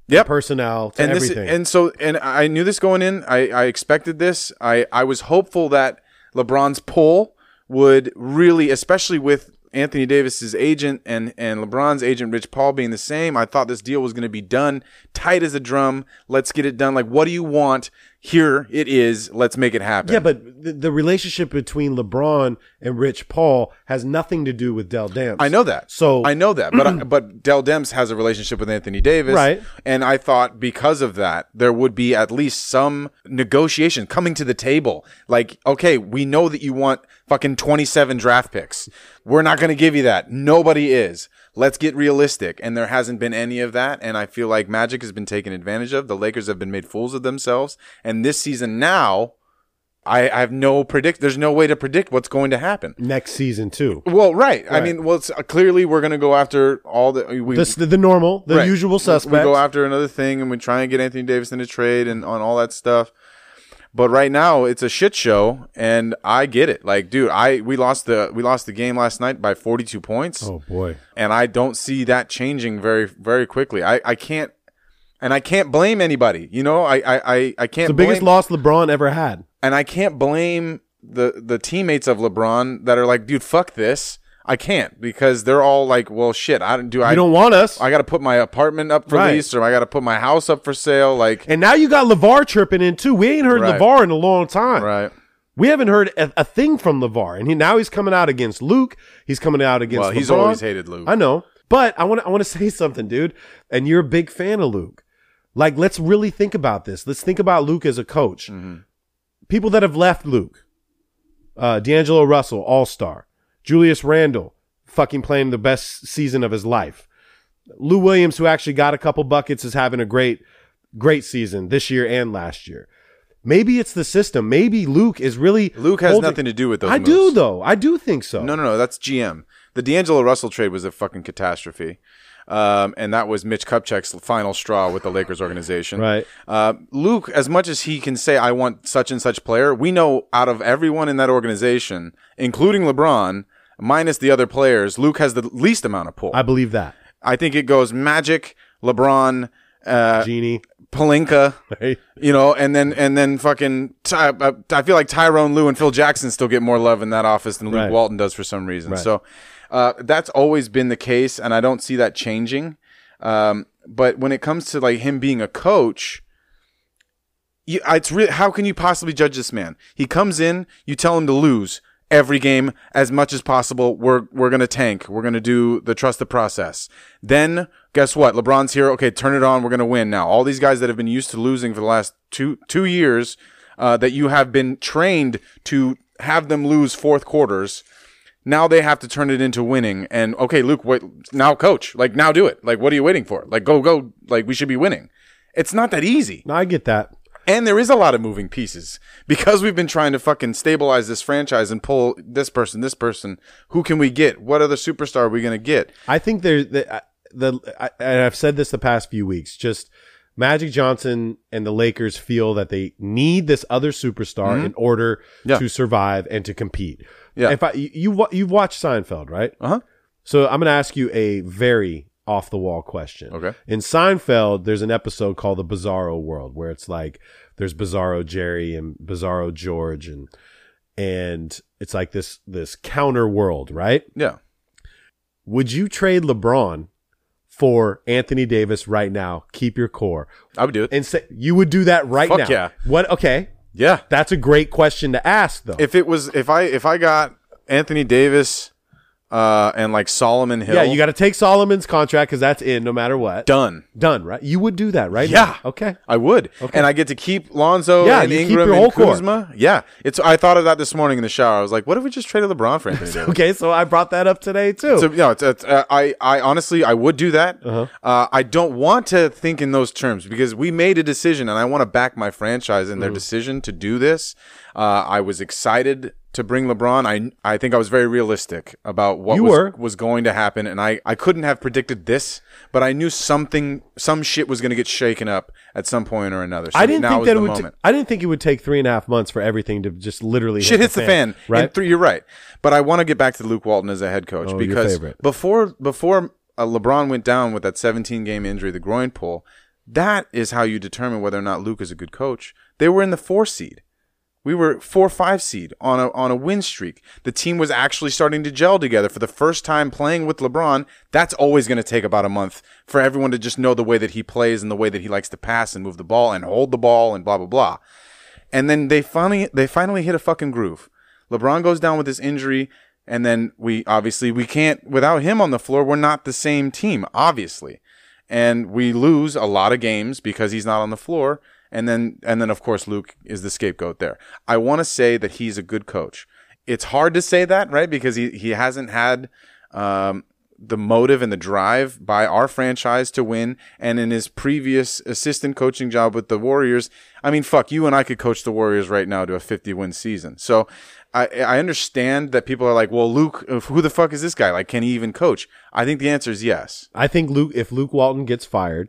Yep.
personnel to
and
everything.
This, and so, and I knew this going in. I, I expected this. I, I was hopeful that LeBron's pull would really, especially with Anthony Davis's agent and, and LeBron's agent, Rich Paul, being the same. I thought this deal was going to be done tight as a drum. Let's get it done. Like, what do you want? Here it is. Let's make it happen.
yeah, but the, the relationship between LeBron and Rich Paul has nothing to do with Dell Dance.
I know that.
So
I know that, but I, but Dell Demps has a relationship with Anthony Davis,
Right.
And I thought because of that, there would be at least some negotiation coming to the table. Like, okay, we know that you want fucking twenty-seven draft picks. We're not going to give you that. Nobody is. Let's get realistic. And there hasn't been any of that. And I feel like Magic has been taken advantage of. The Lakers have been made fools of themselves. And this season now. I, I have no predict. There's no way to predict what's going to happen.
next season too.
Well, right. I mean, well, it's, uh, clearly we're going to go after all the we,
This the, the normal, the
right.
usual
We- We
suspects.
go after another thing, and we try and get Anthony Davis in a trade and on all that stuff. But right now, it's a shit show, and I get it. Like, dude, I we lost the we lost the game last night by 42 points,
oh boy,
and I don't see that changing very very quickly. I I can't. And I can't blame anybody, you know. I I, I, I can't.
the biggest
blame-
loss LeBron ever had.
and I can't blame the the teammates of LeBron that are like, dude, fuck this. I can't because they're all like, well, shit. I don't do. I
You don't want us.
I got to put my apartment up for
Right.
lease, or I got to put my house up for sale. Like,
and now you got Levar chirping in too. We ain't heard
Right.
Levar in a long time.
right?
We haven't heard a, a thing from Levar, and he now he's coming out against Luke. He's coming out against.
Well, he's
LeBron.
always hated Luke.
I know, but I want to. I want to say something, dude. And you're a big fan of Luke. Like, let's really think about this. Let's think about Luke as a coach.
Mm-hmm.
People that have left Luke, uh, D'Angelo Russell, All Star, Julius Randle, fucking playing the best season of his life. Lou Williams, who actually got a couple buckets, is having a great, great season this year and last year. Maybe it's the system. Maybe Luke is really
Luke has
holding-
nothing to do with those.
I
moves.
do though. I do think so.
No, no, no. That's GM. The D'Angelo Russell trade was a fucking catastrophe. Um, and that was Mitch Kupchak's final straw with the Lakers organization.
Right.
Uh, Luke, as much as he can say, I want such and such player, we know out of everyone in that organization, including LeBron, minus the other players, Luke has the least amount of pull.
I
I,
believe that.
think it goes Magic, LeBron, uh,
Genie.
Palinka,
Hey.
you know, and then and then fucking. Ty, uh, I feel like Tyrone Lou and Phil Jackson still get more love in that office than Luke
Right.
Walton does for some reason. So uh, that's always been the case, and I don't see that changing. Um, but when it comes to like him being a coach, you, it's re- how can you possibly judge this man? He comes in, you tell him to lose every game as much as possible. We're we're gonna tank. We're gonna do the trust the process. Then guess what? LeBron's here. Okay, turn it on. We're gonna win now. All these guys that have been used to losing for the last two two years, uh, that you have been trained to have them lose fourth quarters. Now they have to turn it into winning. And okay, Luke, wait, now coach, like now do it. Like what are you waiting for? Like go go. Like we should be winning. It's not that easy.
No, I get that.
And there is a lot of moving pieces because we've been trying to fucking stabilize this franchise and pull this person, this person. Who can we get? What other superstar are we going to get?
I think there the, the I, and I've said this the past few weeks. Just Magic Johnson and the Lakers feel that they need this other superstar in order
Mm-hmm. Yeah.
to survive and to compete.
Yeah.
If I you you wa- you've watched Seinfeld, right?
Uh huh.
So I'm going to ask you a very off the wall question.
Okay.
In Seinfeld, there's an episode called The Bizarro World where it's like there's Bizarro Jerry and Bizarro George and and it's like this this counter world, right?
Yeah.
Would you trade LeBron for Anthony Davis right now. Keep your core.
I would do it.
And say you would do that right
Fuck
now.
yeah.
What okay.
Yeah.
That's a great question to ask though.
If it was if I if I got Anthony Davis uh and like Solomon Hill
yeah, you got to take Solomon's contract cuz that's in no matter what.
done.
Done, right? You would do that, right?
Yeah.
now. Okay.
I would. And I get to keep Lonzo
Yeah,
and
you keep
Ingram
your whole
and
core.
Kuzma. Yeah. It's I thought of that this morning in the shower. I was like, what if we just traded LeBron for Anthony Davis?
Okay, so I brought that up today too.
So no, it's, it's, uh, I I honestly I would do that.
Uh-huh.
uh I don't want to think in those terms because we made a decision, and I want to back my franchise in their
Mm-hmm.
decision to do this. Uh, I was excited to bring LeBron. I I think I was very realistic about what
You
was,
were.
was going to happen, and I I couldn't have predicted this, but I knew something some shit was going to get shaken up at some point or another. So
I didn't
now
think
is
that it
the
would.
moment.
I I didn't think it would take three and a half months for everything to just literally
shit hits the fan.
right? Oh,
And three, you're right. But I want to get back to Luke Walton as a head coach
your
because
favorite.
before before uh, LeBron went down with that 17 game injury, the groin pull, that is how you determine whether or not Luke is a good coach. They were in the four seed. We were four five seed on a on a win streak. The team was actually starting to gel together for the first time playing with LeBron. That's always going to take about a month for everyone to just know the way that he plays and the way that he likes to pass and move the ball and hold the ball and blah blah blah. And then they finally they finally hit a fucking groove. LeBron goes down with this injury, and then we obviously we can't without him on the floor. We're not the same team, obviously, and we lose a lot of games because he's not on the floor. And then and then of course Luke is the scapegoat there. I want to say that he's a good coach. It's hard to say that, right? Because he he hasn't had um, the motive and the drive by our franchise to win. And in his previous assistant coaching job with the Warriors, I mean, fuck, you and I could coach the Warriors right now to a 50 win season. So I, I understand that people are like, well, Luke, who the fuck is this guy? Like, can he even coach? I think the answer is yes.
I think Luke. If Luke Walton gets fired,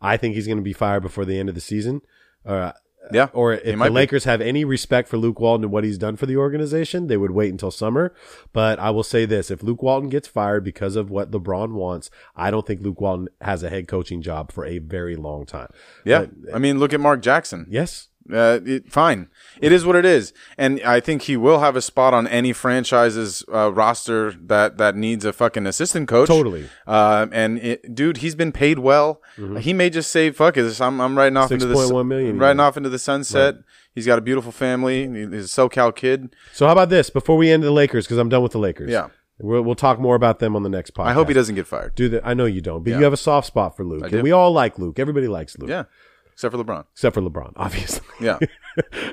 I think he's going to be fired before the end of the season. Uh,
Yeah.
or
He
if
might
the
be.
Lakers have any respect for Luke Walton and what he's done for the organization, they would wait until summer. But I will say this: if Luke Walton gets fired because of what LeBron wants, I don't think Luke Walton has a head coaching job for a very long time.
Yeah.
uh,
I mean, look at Mark Jackson.
Yes,
Uh, it, fine. It is what it is, and I think he will have a spot on any franchise's uh, roster that that needs a fucking assistant coach.
Totally. Mm-hmm.
Uh, and it, dude, he's been paid well. He may just say, "Fuck this, I'm I'm riding off into the sun-
6.1 million,
riding
yeah.
off into the sunset." He's got a beautiful family. He- He's a SoCal kid.
So how about this before we end the Lakers because I'm done with the Lakers.
Yeah.
we'll, we'll talk more about them on the next podcast.
I hope he doesn't get fired.
do that. I know you don't, but you have a soft spot for Luke,
do.
and we all like Luke. Everybody likes Luke,
Yeah, except for LeBron.
except for LeBron, obviously,
Yeah,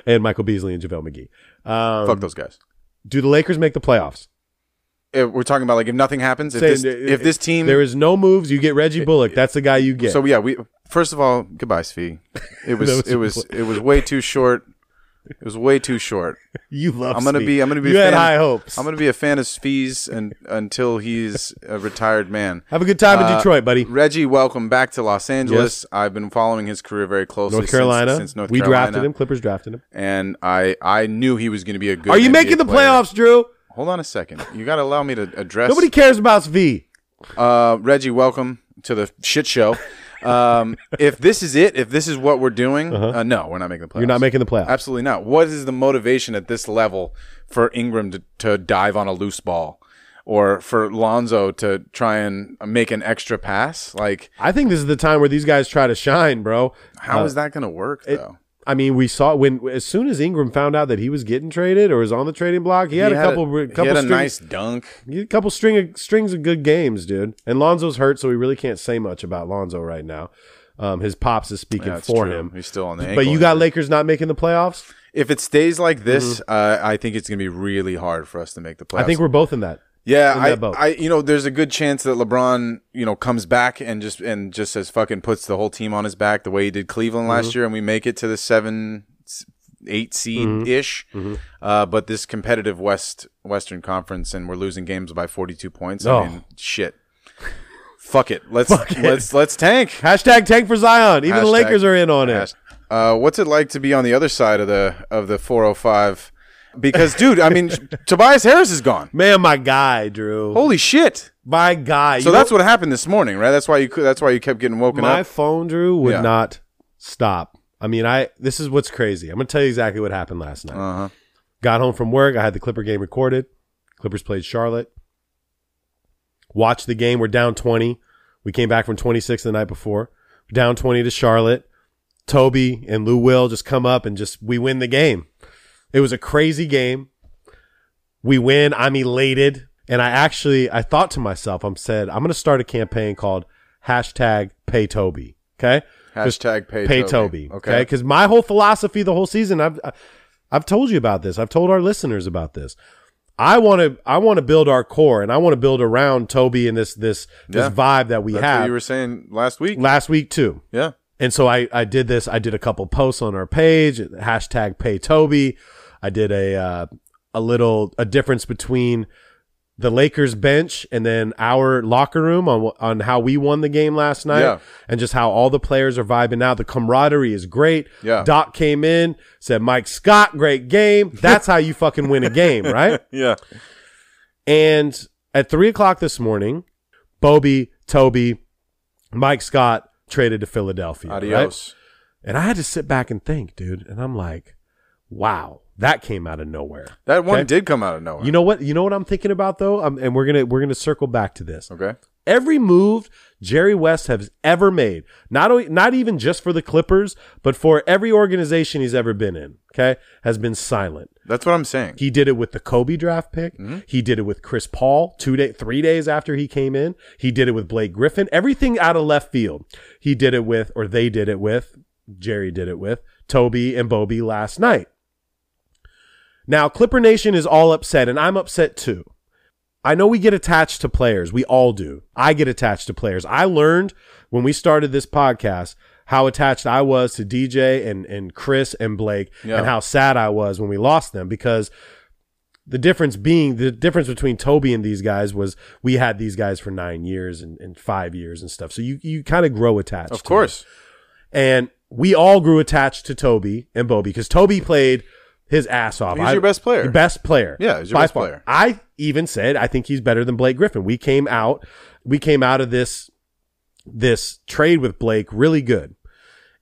and Michael Beasley and JaVale McGee. Um,
fuck those guys.
Do the Lakers make the playoffs?
If we're talking about like if nothing happens, if
Say-
this, if this team
there is no moves, you get Reggie Bullock. That's the guy you get.
So yeah, we first of all, goodbye, Svi. It was
That was
it was it was way too short. It was way too short.
you love.
I'm gonna
Sneak.
be I'm gonna be
You
a
had
fan-
high hopes.
I'm gonna be a fan of Svi's and until he's a retired man.
Have a good time in
Uh,
Detroit, buddy.
Reggie, welcome back to Los Angeles. I've been following his career very closely.
North
since-
Carolina.
since, North
we
Carolina,
drafted him. Clippers drafted him.
and I I knew he was going to be a good.
Are you
NBA
making the
player.
playoffs, Drew?
Hold on a second. You got to allow me to address.
Nobody cares about V.
Uh, Reggie, welcome to the shit show. Um, if this is it, if this is what we're doing, uh no, we're not making the playoffs.
Uh-huh. You're not making the playoffs.
Absolutely not. What is the motivation at this level for Ingram to, to dive on a loose ball or for Lonzo to try and make an extra pass? Like,
I think this is the time where these guys try to shine, bro.
how is
Uh,
that going to work, though?
I mean, we saw when as soon as Ingram found out that he was getting traded or was on the trading block, he, had a couple,
he
couple,
had a
string,
nice dunk.
he had a couple string of, strings of good games, dude. And Lonzo's hurt, so we really can't say much about Lonzo right now. Um, his pops is speaking
That's
for
true.
him.
He's still on the ankle.
But you got Lakers not making the playoffs.
if it stays like this, uh, I think it's going to be really hard for us to make the playoffs.
Mm-hmm. I think we're both in that.
Yeah,
in
I,
that boat.
I, you know, there's a good chance that LeBron, you know, comes back and just and just says fucking puts the whole team on his back the way he did Cleveland
Mm-hmm.
last year, and we make it to the seven, s- eight
Mm-hmm.
seed ish. Uh, but this competitive West Western Conference, and we're losing games by 42 points.
Oh.
I mean, shit. Fuck it. Let's
it.
let's let's tank.
Hashtag tank for Zion. Even the
Hashtag-
Lakers are in on it.
Hasht- Uh, what's it like to be on the other side of the of the 405? Because, dude, I mean, Tobias Harris is gone.
Man, my guy, Drew.
Holy shit.
my guy.
So that's what happened this morning, right? That's why you cou- that's why you kept getting woken
my
up.
phone, Drew, would
Yeah.
not stop. I mean, I this is what's crazy. I'm gonna tell you exactly what happened last night.
Uh-huh.
Got home from work. I had the Clipper game recorded. Clippers played Charlotte. Watched the game. We're down 20. We came back from 26 the night before, down 20 to Charlotte. Toby and Lou Will just come up and just we win the game. It was a crazy game. We win. I'm elated. And I actually I thought to myself, I'm said, I'm gonna start a campaign called hashtag pay Toby. Okay?
Hashtag pay,
pay
Toby.
Toby. Okay, because my whole philosophy the whole season, I've I've told you about this. I've told our listeners about this. I want to I want to build our core, and I want to build around Toby and this this
Yeah.
this vibe that we
That's what
have
you were saying last week.
last week too.
yeah.
And so I, I did this. I did a couple posts on our page, hashtag pay Toby. I did a, uh, a little, a difference between the Lakers bench and then our locker room on, wh- on how we won the game last night
Yeah.
and just how all the players are vibing out. The camaraderie is great.
Yeah.
Doc came in, said, Mike Scott, great game. That's how you fucking win a game, right?
Yeah.
And at three o'clock this morning, Bobby, Toby, Mike Scott traded to Philadelphia. right?
Adios.
And I had to sit back and think, dude. And I'm like, wow, that came out of nowhere.
That one
Okay.
did come out of nowhere.
You know what? You know what I'm thinking about though, um, and we're gonna we're gonna circle back to this.
okay.
Every move Jerry West has ever made, not o- not even just for the Clippers, but for every organization he's ever been in, okay, has been silent.
That's what I'm saying.
He did it with the Kobe draft pick. He did it with Chris Paul two day, three days after he came in. He did it with Blake Griffin. Everything out of left field. He did it with, or they did it with, Jerry did it with Toby and Bobby last night. Now Clipper Nation is all upset, and I'm upset too. I know we get attached to players. We all do. I get attached to players. I learned when we started this podcast how attached I was to DJ and, and Chris and Blake
Yeah.
and how sad I was when we lost them because the difference being the difference between Toby and these guys was we had these guys for nine years and, and five years and stuff. So you, you kind of grow attached.
Of
to them.
course.
And we all grew attached to Toby and Bobby because Toby played his ass off.
He's your best player.
Best player.
Yeah, he's your
by
best
far.
player.
I even said I think he's better than Blake Griffin. We came out, we came out of this this trade with Blake really good.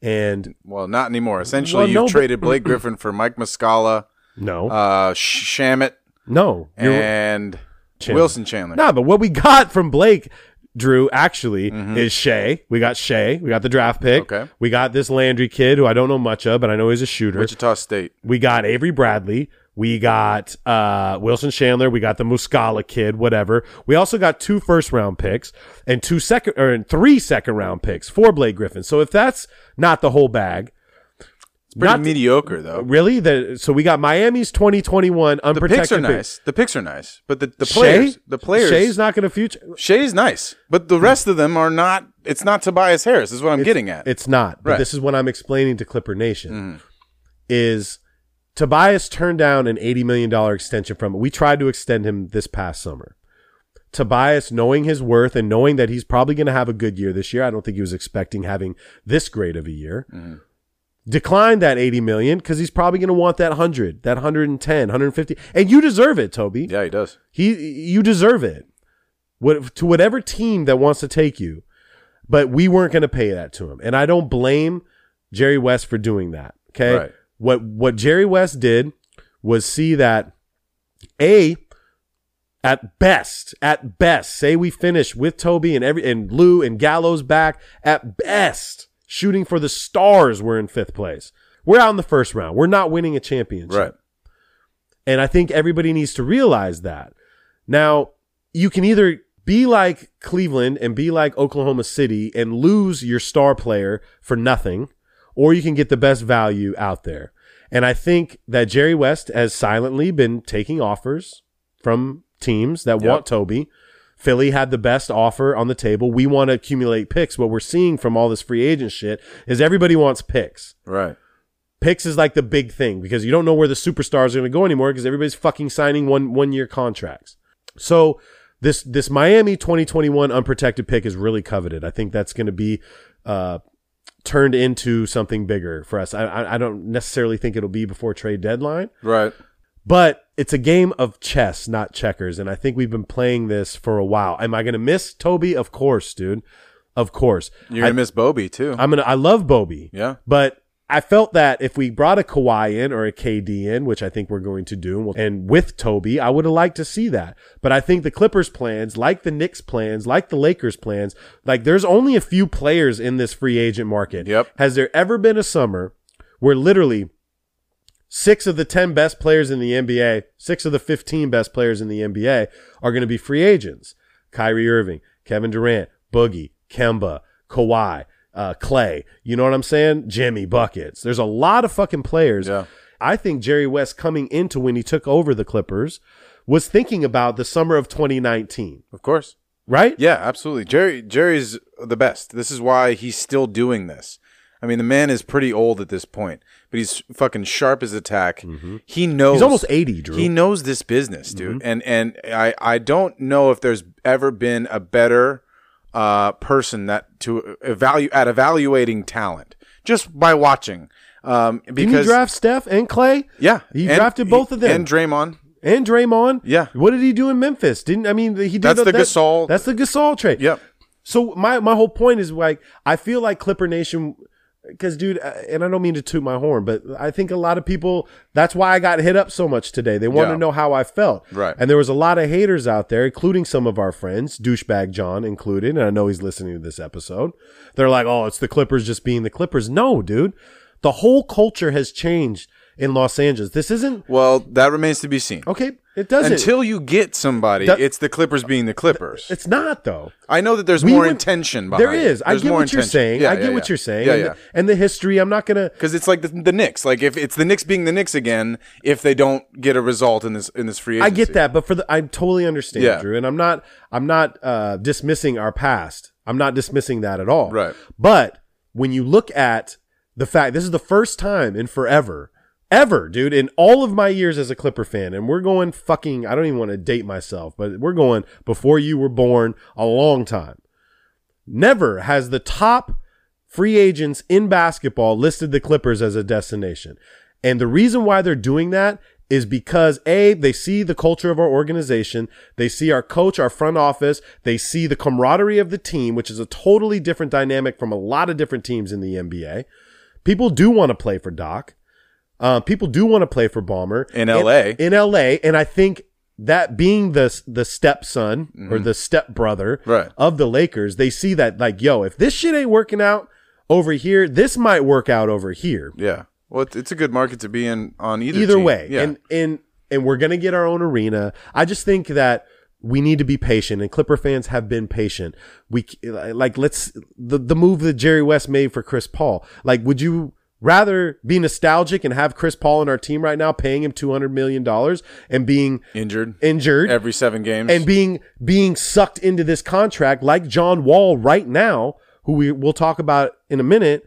And
Well, not anymore. Essentially,
Well,
you've
no, but-
traded Blake Griffin for Mike Muscala,
no,
uh, Sh- Shamit,
no, you're-
and
Chandler.
Wilson Chandler.
No, but what we got from Blake Drew actually is Shea. We got Shea. We got the draft pick.
Mm-hmm. Okay.
We got this Landry kid who I don't know much of, but I know he's a shooter.
Wichita State.
we got Avery Bradley. We got uh, Wilson Chandler. We got the Muscala kid, whatever. We also got two first round picks and two second or and three second round picks for Blake Griffin. So if that's not the whole bag,
It's pretty
Not-
mediocre, though.
really, the, so we got Miami's 2021
The
unprotected
picks are
pick.
nice. The picks are nice, but the, the
Shea?
players, the players,
Shea's not going to future.
Shea's nice, but the rest of them are not. It's not Tobias Harris. Is what I'm getting at.
It's not. But
Right. Mm-hmm.
this is what I'm explaining to Clipper Nation is Tobias turned down an $80 million extension from it. We tried to extend him this past summer. Tobias, knowing his worth and knowing that he's probably going to have a good year this year, I don't think he was expecting having this great of a year.
Mm-hmm.
Declined that 80 million because he's probably going to want that 100, that 110, 150. And you deserve it, Toby.
yeah, he does.
He, you deserve it. What to whatever team that wants to take you, but we weren't going to pay that to him, and I don't blame Jerry West for doing that. Okay,
Right.
what what Jerry West did was see that a at best, at best, say we finish with Toby and every and Lou and Gallows back. At best, shooting for the stars, we're in fifth place. We're out in the first round. We're not winning a championship.
Right.
And I think everybody needs to realize that. Now, you can either be like Cleveland and be like Oklahoma City and lose your star player for nothing, or you can get the best value out there. And I think that Jerry West has silently been taking offers from teams that
Yep.
want Toby. Philly had the best offer on the table. We want to accumulate picks. What we're seeing from all this free agent shit is everybody wants picks
Right.
picks is like the big thing because you don't know where the superstars are going to go anymore because everybody's fucking signing one one year contracts. So this this Miami 2021 unprotected pick is really coveted. I think that's going to be uh, turned into something bigger for us. I, I I don't necessarily think it'll be before trade deadline,
Right.
but it's a game of chess, not checkers. And I think we've been playing this for a while. Am I going to miss Toby? Of course, dude. Of course.
You're gonna miss Bobby too.
I'm gonna. I love Bobby.
Yeah.
But I felt that if we brought a Kawhi in or a KD in, which I think we're going to do, and we'll- and with Toby, I would have liked to see that. But I think the Clippers plans, like the Knicks plans, like the Lakers plans, like there's only a few players in this free agent market.
Yep.
Has there ever been a summer where literally six of the 10 best players in the NBA, six of the 15 best players in the NBA are going to be free agents. Kyrie Irving, Kevin Durant, Boogie, Kemba, Kawhi, uh, Clay. You know what I'm saying? Jimmy Buckets. There's a lot of fucking players.
Yeah.
I think Jerry West coming into when he took over the Clippers was thinking about the summer of 2019,
Of course.
right?
Yeah, absolutely. Jerry Jerry's the best. This is why he's still doing this. I mean, the man is pretty old at this point, but he's fucking sharp as a tack. He knows
Mm-hmm. He's almost 80, Drew. Mm-hmm.
He knows this business, dude. And and I I don't know if there's ever been a better uh, person that to evaluate at evaluating talent just by watching. Um,
Didn't he
because
draft Steph and Clay?
yeah,
He
and-
drafted both of them.
and Draymond.
and Draymond.
Yeah.
What did he do in Memphis? Didn't I mean he did
That's
a-
the
that-
Gasol-
That's the Gasol trade.
Yep.
So my my whole point is like I feel like Clipper Nation because dude, uh, and I don't mean to toot my horn, but I think a lot of people that's why I got hit up so much today. They want to
Yeah.
know how I felt.
Right.
And there was a lot of haters out there, including some of our friends, douchebag John included, and I know he's listening to this episode. They're like, "Oh, it's the Clippers just being the Clippers." No, dude. The whole culture has changed in Los Angeles. This isn't
Well, that remains to be seen.
okay. It doesn't.
Until you get somebody,
That-
it's the Clippers being the Clippers.
It's not though.
I know that there's
We
more
would-
intention behind
There is.
It.
I
There's
get
more
what you're
intention.
saying.
Yeah,
I get
yeah,
what
yeah.
you're saying.
Yeah,
and,
yeah.
The, and the history. I'm not gonna.
Because it's like the, the Knicks. Like if it's the Knicks being the Knicks again, if they don't get a result in this in this free
I
agency,
get that, but for the, I totally understand,
Yeah.
Drew, and I'm not. I'm not uh, dismissing our past. I'm not dismissing that at all.
Right.
But when you look at the fact, this is the first time in forever, ever, dude, in all of my years as a Clipper fan, and we're going fucking. I don't even want to date myself, but we're going before you were born a long time. Never has the top free agents in basketball listed the Clippers as a destination. And the reason why they're doing that is because A, they see the culture of our organization, they see our coach, our front office, they see the camaraderie of the team, which is a totally different dynamic from a lot of different teams in the NBA. People do want to play for Doc. Uh, people do want to play for Bomber
In LA.
In LA, and I think that being the the stepson or the stepbrother
Mm-hmm. Right.
of the Lakers, they see that like, yo, if this shit ain't working out over here, this might work out over here.
Yeah. Well, it's, it's a good market to be in on either.
Either
team.
way,
Yeah.
and and and we're gonna get our own arena. I just think that we need to be patient, and Clipper fans have been patient. We c- like let's the the move that Jerry West made for Chris Paul. Like, would you? Rather be nostalgic and have Chris Paul on our team right now, paying him two hundred million dollars and being
injured
injured
every seven games.
and being being sucked into this contract like John Wall right now, who we will talk about in a minute,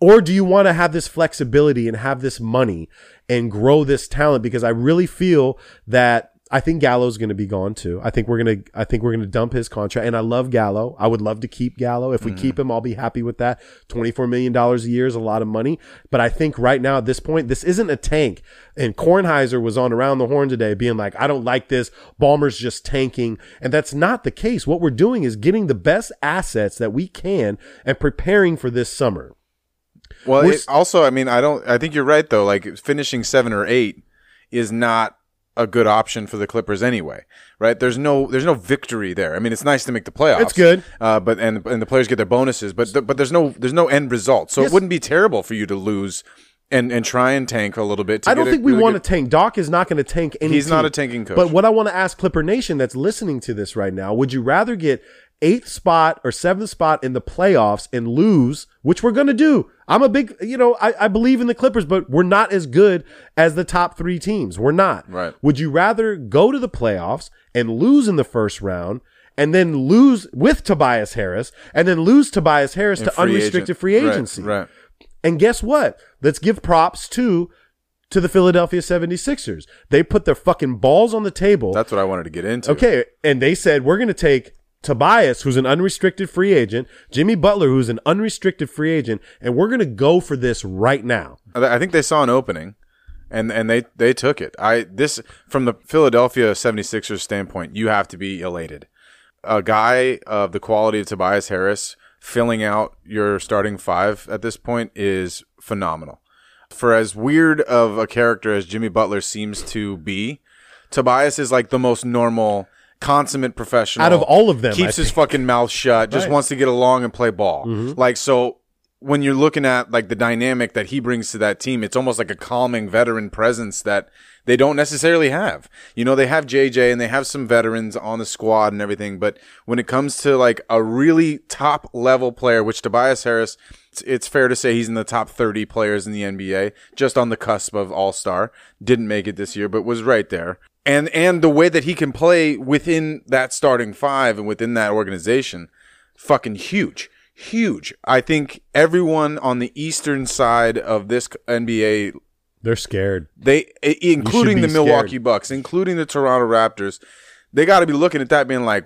or do you want to have this flexibility and have this money and grow this talent? Because I really feel that I think Gallo's going to be gone too. I think we're going to I think we're going to dump his contract, and I love Gallo. I would love to keep Gallo. If we keep him, I'll be happy with that. Twenty four million dollars a year is a lot of money, but I think right now at this point, this isn't a tank. And Kornheiser was on around the horn today, being like, "I don't like this. Ballmer's just tanking," and that's not the case. What we're doing is getting the best assets that we can and preparing for this summer.
well,
we're
it,
s-
also, I mean, I don't. I think you're right though. Like finishing seven or eight is not a good option for the Clippers anyway, right? There's no there's no victory there. I mean, it's nice to make the playoffs.
It's good.
uh, but and and the players get their bonuses, but th- but there's no there's no end result. So
Yes.
it wouldn't be terrible for you to lose and and try and tank a little bit. To
I don't
get a
think we
really
want
good-
to tank. Doc is not going to tank any.
He's not
team.
a tanking coach.
But what I want to ask Clipper Nation that's listening to this right now: Would you rather get eighth spot or seventh spot in the playoffs and lose, which we're going to do? I'm a big, you know, I, I believe in the Clippers, but we're not as good as the top three teams. We're not.
Right.
Would you rather go to the playoffs and lose in the first round? And then lose with Tobias Harris, and then lose Tobias Harris to
Free agent.
unrestricted free
Right,
agency.
right.
And guess what? Let's give props to to the Philadelphia 76ers. They put their fucking balls on the table.
That's what I wanted to get into.
okay, and they said we're going to take Tobias who's an unrestricted free agent, Jimmy Butler who's an unrestricted free agent, and we're going to go for this right now.
I I think they saw an opening and and they they took it. I this from the Philadelphia 76ers standpoint, you have to be elated. A guy of the quality of Tobias Harris filling out your starting five at this point is phenomenal. For as weird of a character as Jimmy Butler seems to be, Tobias is like the most normal, consummate professional.
Out of all of them, I
keeps his fucking mouth shut, just
Right. Mm-hmm.
wants to get along and play ball. Like so when you're looking at like the dynamic that he brings to that team, it's almost like a calming veteran presence that they don't necessarily have. You know, they have JJ and they have some veterans on the squad and everything, but when it comes to like a really top level player, which Tobias Harris, it's, it's fair to say he's in the top 30 players in the NBA, just on the cusp of All-Star. Didn't make it this year, but was right there and and the way that he can play within that starting five and within that organization, fucking huge, huge. I think everyone on the eastern side of this NBA,
They're scared.
they i- including
be
the Milwaukee
scared.
Bucks, including the Toronto Raptors, they got to be looking at that being like,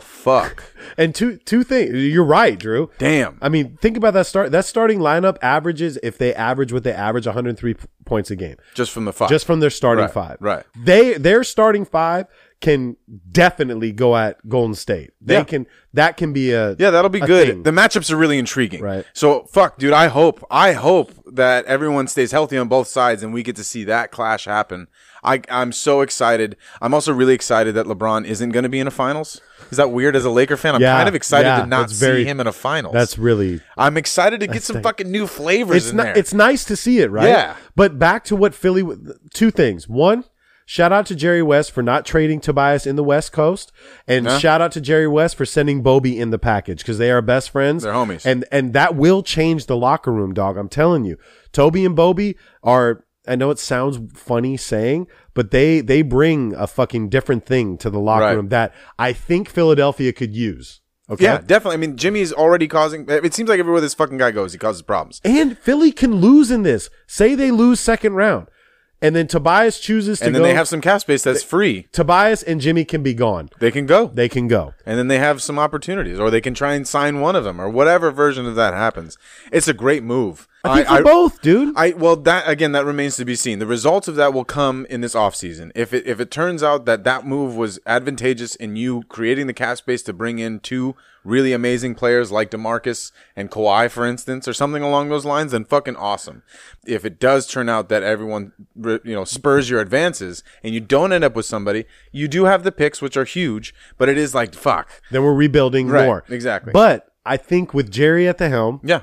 fuck,
And two two things. You're right, Drew.
damn.
I mean, think about that start. That starting lineup averages if they average what they average, 103 p- points a game,
Just from the five,
just from their starting
Right,
five.
right.
They their starting five can definitely go at Golden State. They
Yeah.
can. That can be a
Yeah, that'll be
a
good.
thing.
The matchups are really intriguing.
Right.
So fuck, dude. I hope, I hope that everyone stays healthy on both sides and we get to see that clash happen. I, I'm so excited. I'm also really excited that LeBron isn't going to be in a finals. Is that weird as a Laker fan? I'm
Yeah,
kind of excited
yeah,
to not
that's
see
very-
him in a finals.
That's really
I'm excited to get some fucking new flavors
it's
in
ni-
there.
It's nice to see it, right?
Yeah.
But back to what Philly. Two things. One, shout out to Jerry West for not trading Tobias in the West Coast, and shout out to Jerry West for sending Bobby in the package because they are best friends.
They're homies.
and and that will change the locker room, dog. I'm telling you, Toby and Bobby are. I know it sounds funny saying, but they they bring a fucking different thing to the locker
Right.
room that I think Philadelphia could use. Okay.
yeah, definitely. I mean, Jimmy's already causing. It seems like everywhere this fucking guy goes, he causes problems.
And Philly can lose in this. Say they lose second round, and then Tobias chooses to
And then
go.
they have some cap space that's free.
Tobias and Jimmy can be gone.
They can go.
They can go.
and then they have some opportunities, or they can try and sign one of them, or whatever version of that happens. It's a great move.
I think for both, dude.
I well that again that remains to be seen. The results of that will come in this offseason. If it if it turns out that that move was advantageous in you creating the cap space to bring in two really amazing players like DeMarcus and Kawhi for instance or something along those lines then fucking awesome. If it does turn out that everyone re- you know spurs your advances and you don't end up with somebody, you do have the picks which are huge, but it is like fuck.
then we're rebuilding
Right,
more.
exactly.
But I think with Jerry at the helm,
Yeah.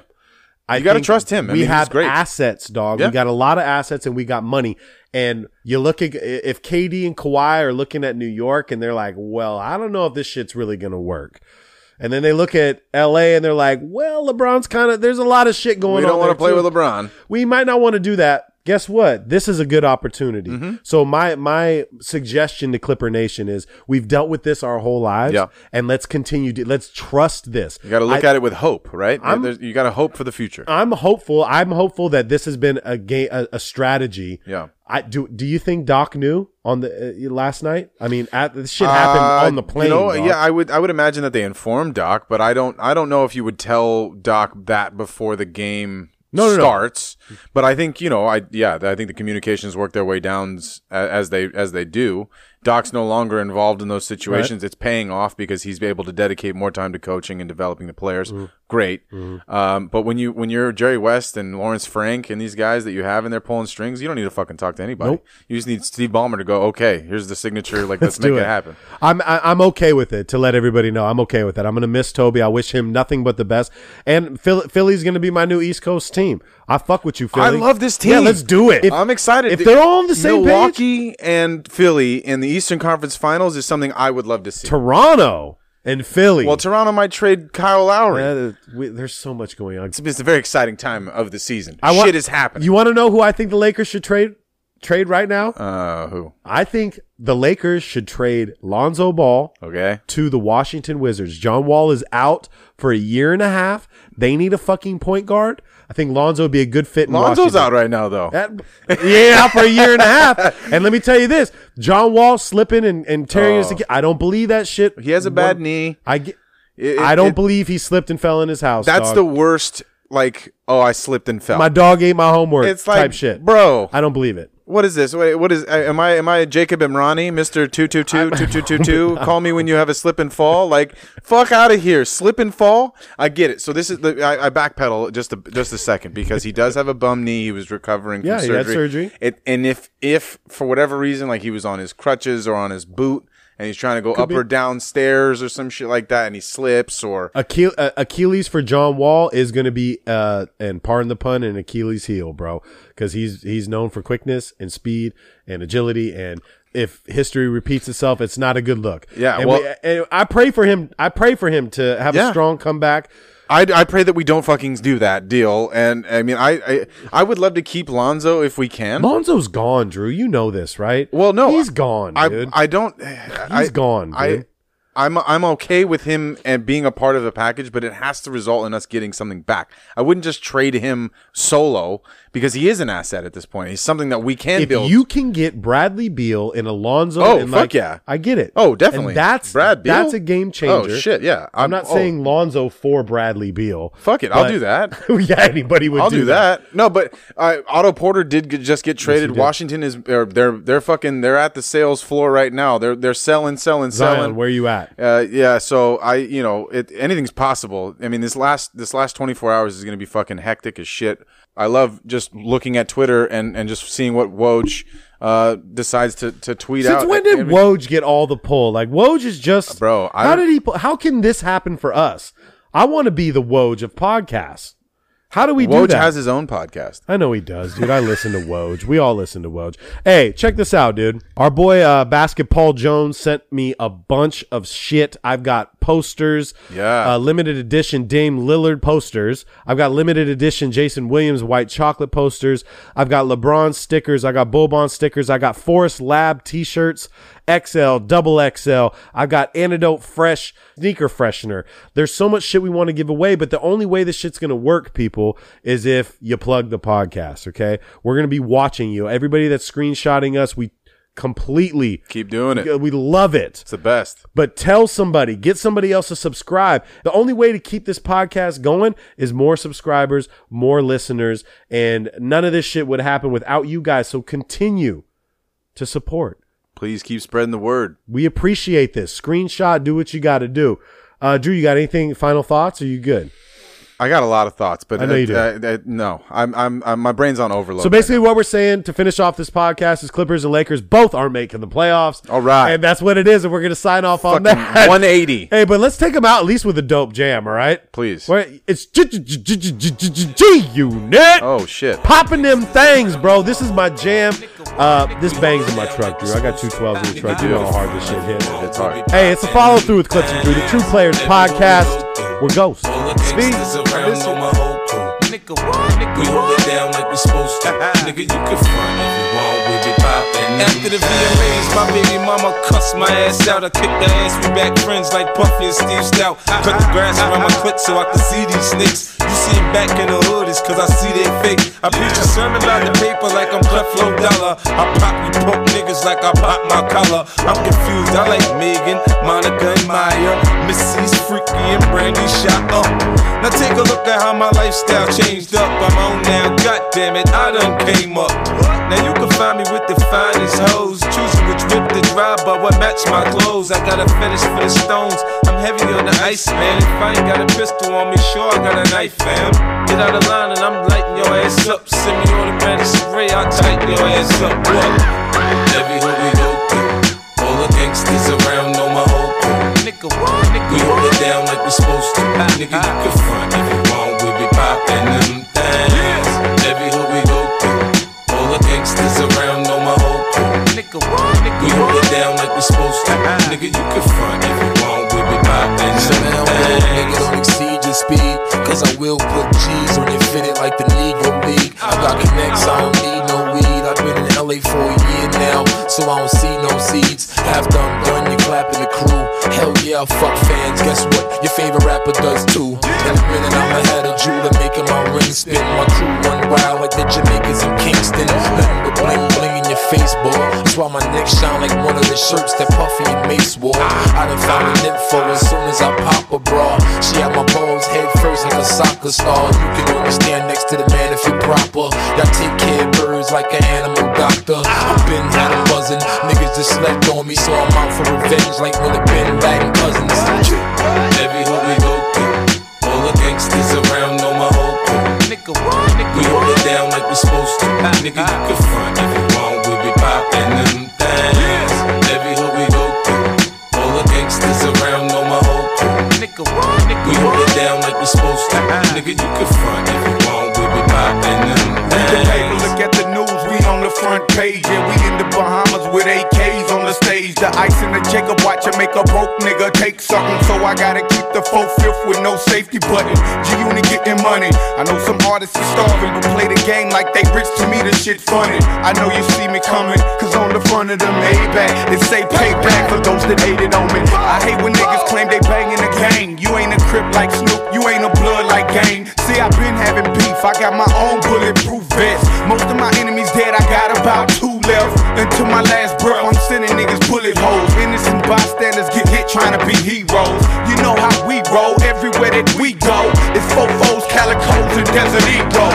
I
You gotta
think
trust him. I
we
mean, he's
have
great.
assets, dog.
Yeah.
We got a lot of assets, and we got money. And you look at if KD and Kawhi are looking at New York, and they're like, "Well, I don't know if this shit's really gonna work." And then they look at LA, and they're like, "Well, LeBron's kind of there's a lot of shit going
We
on."
don't want to
there,
play
too."
with LeBron.
we might not want to do that. Guess what? This is a good opportunity.
Mm-hmm.
So my my suggestion to Clipper Nation is we've dealt with this our whole lives,
Yeah.
and let's continue. To, let's trust this.
You got to look at it with hope, right?
I'm-
There's- you got to hope for the future.
I'm hopeful. I'm hopeful that this has been a game, a, a strategy.
Yeah.
I do. Do you think Doc knew on the uh, last night? I mean, at, this shit happened
Uh,
on the plane.
You know,
dog.
yeah, I would I would imagine that they informed Doc, but I don't I don't know if you would tell Doc that before the game
No, no, no.
starts. But I think you know I yeah I think the communications work their way down s- a- as they as they do. Doc's no longer involved in those situations. It's paying off because he's able to dedicate more time to coaching and developing the players.
Mm-hmm.
Great, um, but when you when you're Jerry West and Lawrence Frank and these guys that you have and they're pulling strings, you don't need to fucking talk to anybody. You just need Steve Ballmer to go. Okay, here's the signature. Like let's, make
do
it
it.
happen.
I'm I, I'm okay with it. To let everybody know, I'm okay with it. I'm gonna miss Toby. I wish him nothing but the best. And Phil, Philly's gonna be my new East Coast team. I fuck with you, Philly.
I love this team.
Yeah, let's do it. If-
I'm excited.
If they're all on the same page,
Milwaukee and Philly in the Eastern Conference Finals is something I would love to see.
Toronto and Philly.
well, Toronto might trade Kyle Lowry.
Yeah, the- we- there's so much going on.
It's- it's a very exciting time of the season.
I wa-
Shit is happening.
You want to know who I think the Lakers should trade? Trade right now.
uh, who?
I think the Lakers should trade Lonzo Ball.
Okay.
to the Washington Wizards. John Wall is out for a year and a half. They need a fucking point guard. I think Lonzo would be a good fit. In
Lonzo's
Washington.
out right now, though.
That- yeah, out for a year and a half. And let me tell you this: John Wall slipping and, and tearing his. I don't believe that shit.
Oh. He has a bad knee.
I get,
It- it-
I don't
it-
believe he slipped and fell in his house.
That's
dog.
the worst. Like, oh, I slipped and fell.
my dog ate my homework.
it's like
type shit,
bro.
I don't believe it.
What is this? Wait, what is? Am I am I Jacob Imrani, Mister Two Two Two Two Two Two Two? Call me when you have a slip and fall. Like fuck out of here, slip and fall. I get it. So this is the I, I backpedal just a, just a second because he does have a bum knee. He was recovering from
Yeah, he
surgery.
had surgery.
It, and if if for whatever reason, like he was on his crutches or on his boot, and he's trying to go up or down stairs or some shit like that, and he slips or
Achille, uh, Achilles for John Wall is going to be, uh, and pardon the pun, an Achilles heel, bro, because he's he's known for quickness and speed and agility. And if history repeats itself, it's not a good look.
Yeah,
and,
well-
we- and I pray for him. I pray for him to have
Yeah.
a strong comeback.
I, I pray that we don't fucking do that deal. And I mean, I, I I would love to keep Lonzo if we can.
Lonzo's gone, Drew. You know this, right?
Well, no,
he's
I-
gone,
I
dude.
I don't. He's I,
He's gone, dude.
I I'm I'm okay with him and being a part of the package, but it has to result in us getting something back. I wouldn't just trade him solo because he is an asset at this point. He's something that we can
if
build.
you can get Bradley Beal and Alonzo,
Oh,
and
fuck
like,
yeah.
I get it.
Oh, definitely.
And that's
Brad Beal?
That's a game changer.
Oh shit, yeah.
I'm, not
oh,
saying Lonzo for Bradley Beal.
fuck it. I'll
but-
do that.
yeah, anybody would.
I'll
do,
do that. No, but uh, Otto Porter did g- just get traded. Washington is er, they're they're fucking they're at the sales floor right now. They're they're selling, selling, selling.
Zion, where you at?
Uh, yeah, so I, you know, it, anything's possible. I mean, this last this last 24 hours is going to be fucking hectic as shit. I love just looking at Twitter and, and just seeing what Woj uh, decides to, to tweet out.
Since when did
I mean,
Woj get all the pull? Like Woj is just
Bro, I-
how did he? pu- How can this happen for us? I want to be the Woj of podcasts. How do we do
Woj
that?
has his own podcast?
I know he does, dude. I listen to Woj. We all listen to Woj. Hey, check this out, dude. Our boy uh, Basket Paul Jones sent me a bunch of shit. I've got posters,
Yeah.
uh, limited edition Dame Lillard posters. I've got limited edition Jason Williams white chocolate posters. I've got LeBron stickers. I got Bobon stickers. I got Forest Lab T-shirts, XL, double XL. I've got Antidote Fresh sneaker freshener. There's so much shit we want to give away, but the only way this shit's gonna work, people, is if you plug the podcast. Okay, we're gonna be watching you. Everybody that's screenshotting us, we completely.
Keep doing it.
We love it.
It's the best.
But tell somebody, get somebody else to subscribe. The only way to keep this podcast going is more subscribers, more listeners, and none of this shit would happen without you guys. So continue to support.
Please keep spreading the word.
We appreciate this. Screenshot, do what you got to do. Uh, Drew, you got anything? Final thoughts? Are you good?
I got a lot of thoughts, but
I know you do.
uh, uh, no, I'm, I'm I'm my brain's on overload.
So basically, what we're saying to finish off this podcast is Clippers and Lakers both aren't making the playoffs.
All right.
and that's what it is. And we're gonna sign off on
fucking
that.
180.
Hey, but let's take them out at least with a dope jam. All right.
Please.
Wait, it's G- G- G- G- G- G- G- G Unit.
Oh shit.
Popping them things, bro. This is my jam. Uh, this bangs in my truck, Drew. I got two 12s in the truck. You know how hard this shit hits.
It's hard.
Hey, it's a follow through with Clips and Drew, the True Players Podcast. We're ghosts.
Speed. around on my whole crew. Nigga, We hold it down like we supposed to. Nigga, you can front if you want, we be poppin'. After the VMAs, my baby mama cussed my ass out. I kicked her ass, we back friends like Puffy and Steve Stout. Cut the grass around my clique so I can see these snakes. You see 'em back in the hood, it's cause I see they fake. I preach a sermon out the paper like I'm Cleflo Dollar. I pop you punk niggas like I pop my collar. I'm confused, I like Megan, Monica, and Maya. Missy's freaky and Brandy shot up. Now take a look at how my lifestyle changed up. I'm on now, god damn it, I done came up. Now you can find me with the finest hoes. Choosing which whip to drive, but what match my clothes. I got a fetish for the stones. I'm heavy on the ice, man. If I ain't got a pistol on me, sure I got a knife, fam. Get out of line and I'm lighting your ass up. Send me on the brandy spray, I'll tighten your ass up. What? Every hood we go through, all the gangsters around know my whole crew. Nigga, we hold it down like we supposed to. Nigga, you can front if you want, we be popping them things. Every hood we go through, all the gangsters around know my whole crew. Nigga, we hold it down like we supposed to. Nigga, you can front if you want, we be popping
So now
them
all niggas
things.
don't exceed your speed. Cause I will put G's on your fitted like the Negro League. I got connects, I don't need no weed. I've been in LA for a year now, so I don't see no seeds. Half done, done, you clapping the crew. Hell yeah, fuck fans, guess what? Your favorite rapper does too. In a minute, I'ma have a jeweler making my ring spin. My crew run wild like the Jamaicans in Kingston. Nothing but bling bling in your face, boy. That's why my neck shine like one of the shirts that Puffy and Mace wore. I done found an info as soon as I pop a bra. She had my balls head first like a soccer star. You can only stand next to the man if you're proper. Y'all take care of birds like an animal doctor. doctor. I've been had a buzzin', niggas just slept on me, so I'm out for revenge like one of Bin Laden cousins.
Every hood we go through, all the gangsters around know my whole crew. Nigga, what? Nigga, we hold it down like we supposed to. Nigga, you can front if you want, we be poppin' them things. Every hood we go through, all the gangsters around know my whole crew. Nigga, what? Nigga, we hold it down like we supposed to. Nigga, you can front if you want, we be poppin' them
Read the paper,
things.
look at the news, we on the front page. Yeah, we in the Bahamas with AKs on the stage. The ice and the Jacob watch and make a broke nigga take something. So I gotta keep the full fifth with no safety button. G Unit getting money. I know some artists are starving, but play the game like they rich. To me, this shit funny. I know you see me coming, cause on the front of the Maybach, it say payback for those that hated on me. I hate when niggas claim they banging the gang. You ain't a crip like Snoop, you ain't a blood like gang. See, I've been having beef, I got my own bulletproof vest. Most of my enemies dead, I got about two left. Until my last breath, I'm sending niggas bullet holes. Innocent bystanders get hit trying to be heroes. You know how we roll, everywhere that we go. It's fofos, calicos, and desert ego.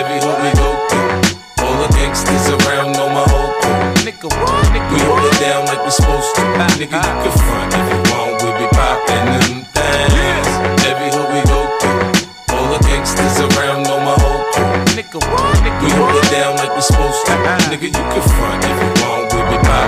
Every hood we go through, all the gangsters around know my whole crew. Nigga, what? Nigga, we hold it down like we supposed to. Nigga, you can front if you want, we be poppin' them things. Every hood we go through, all the gangsters around know my whole crew. Nigga, what? Nigga, we hold it down like we supposed to. Nigga, you can front if you want, we be poppin'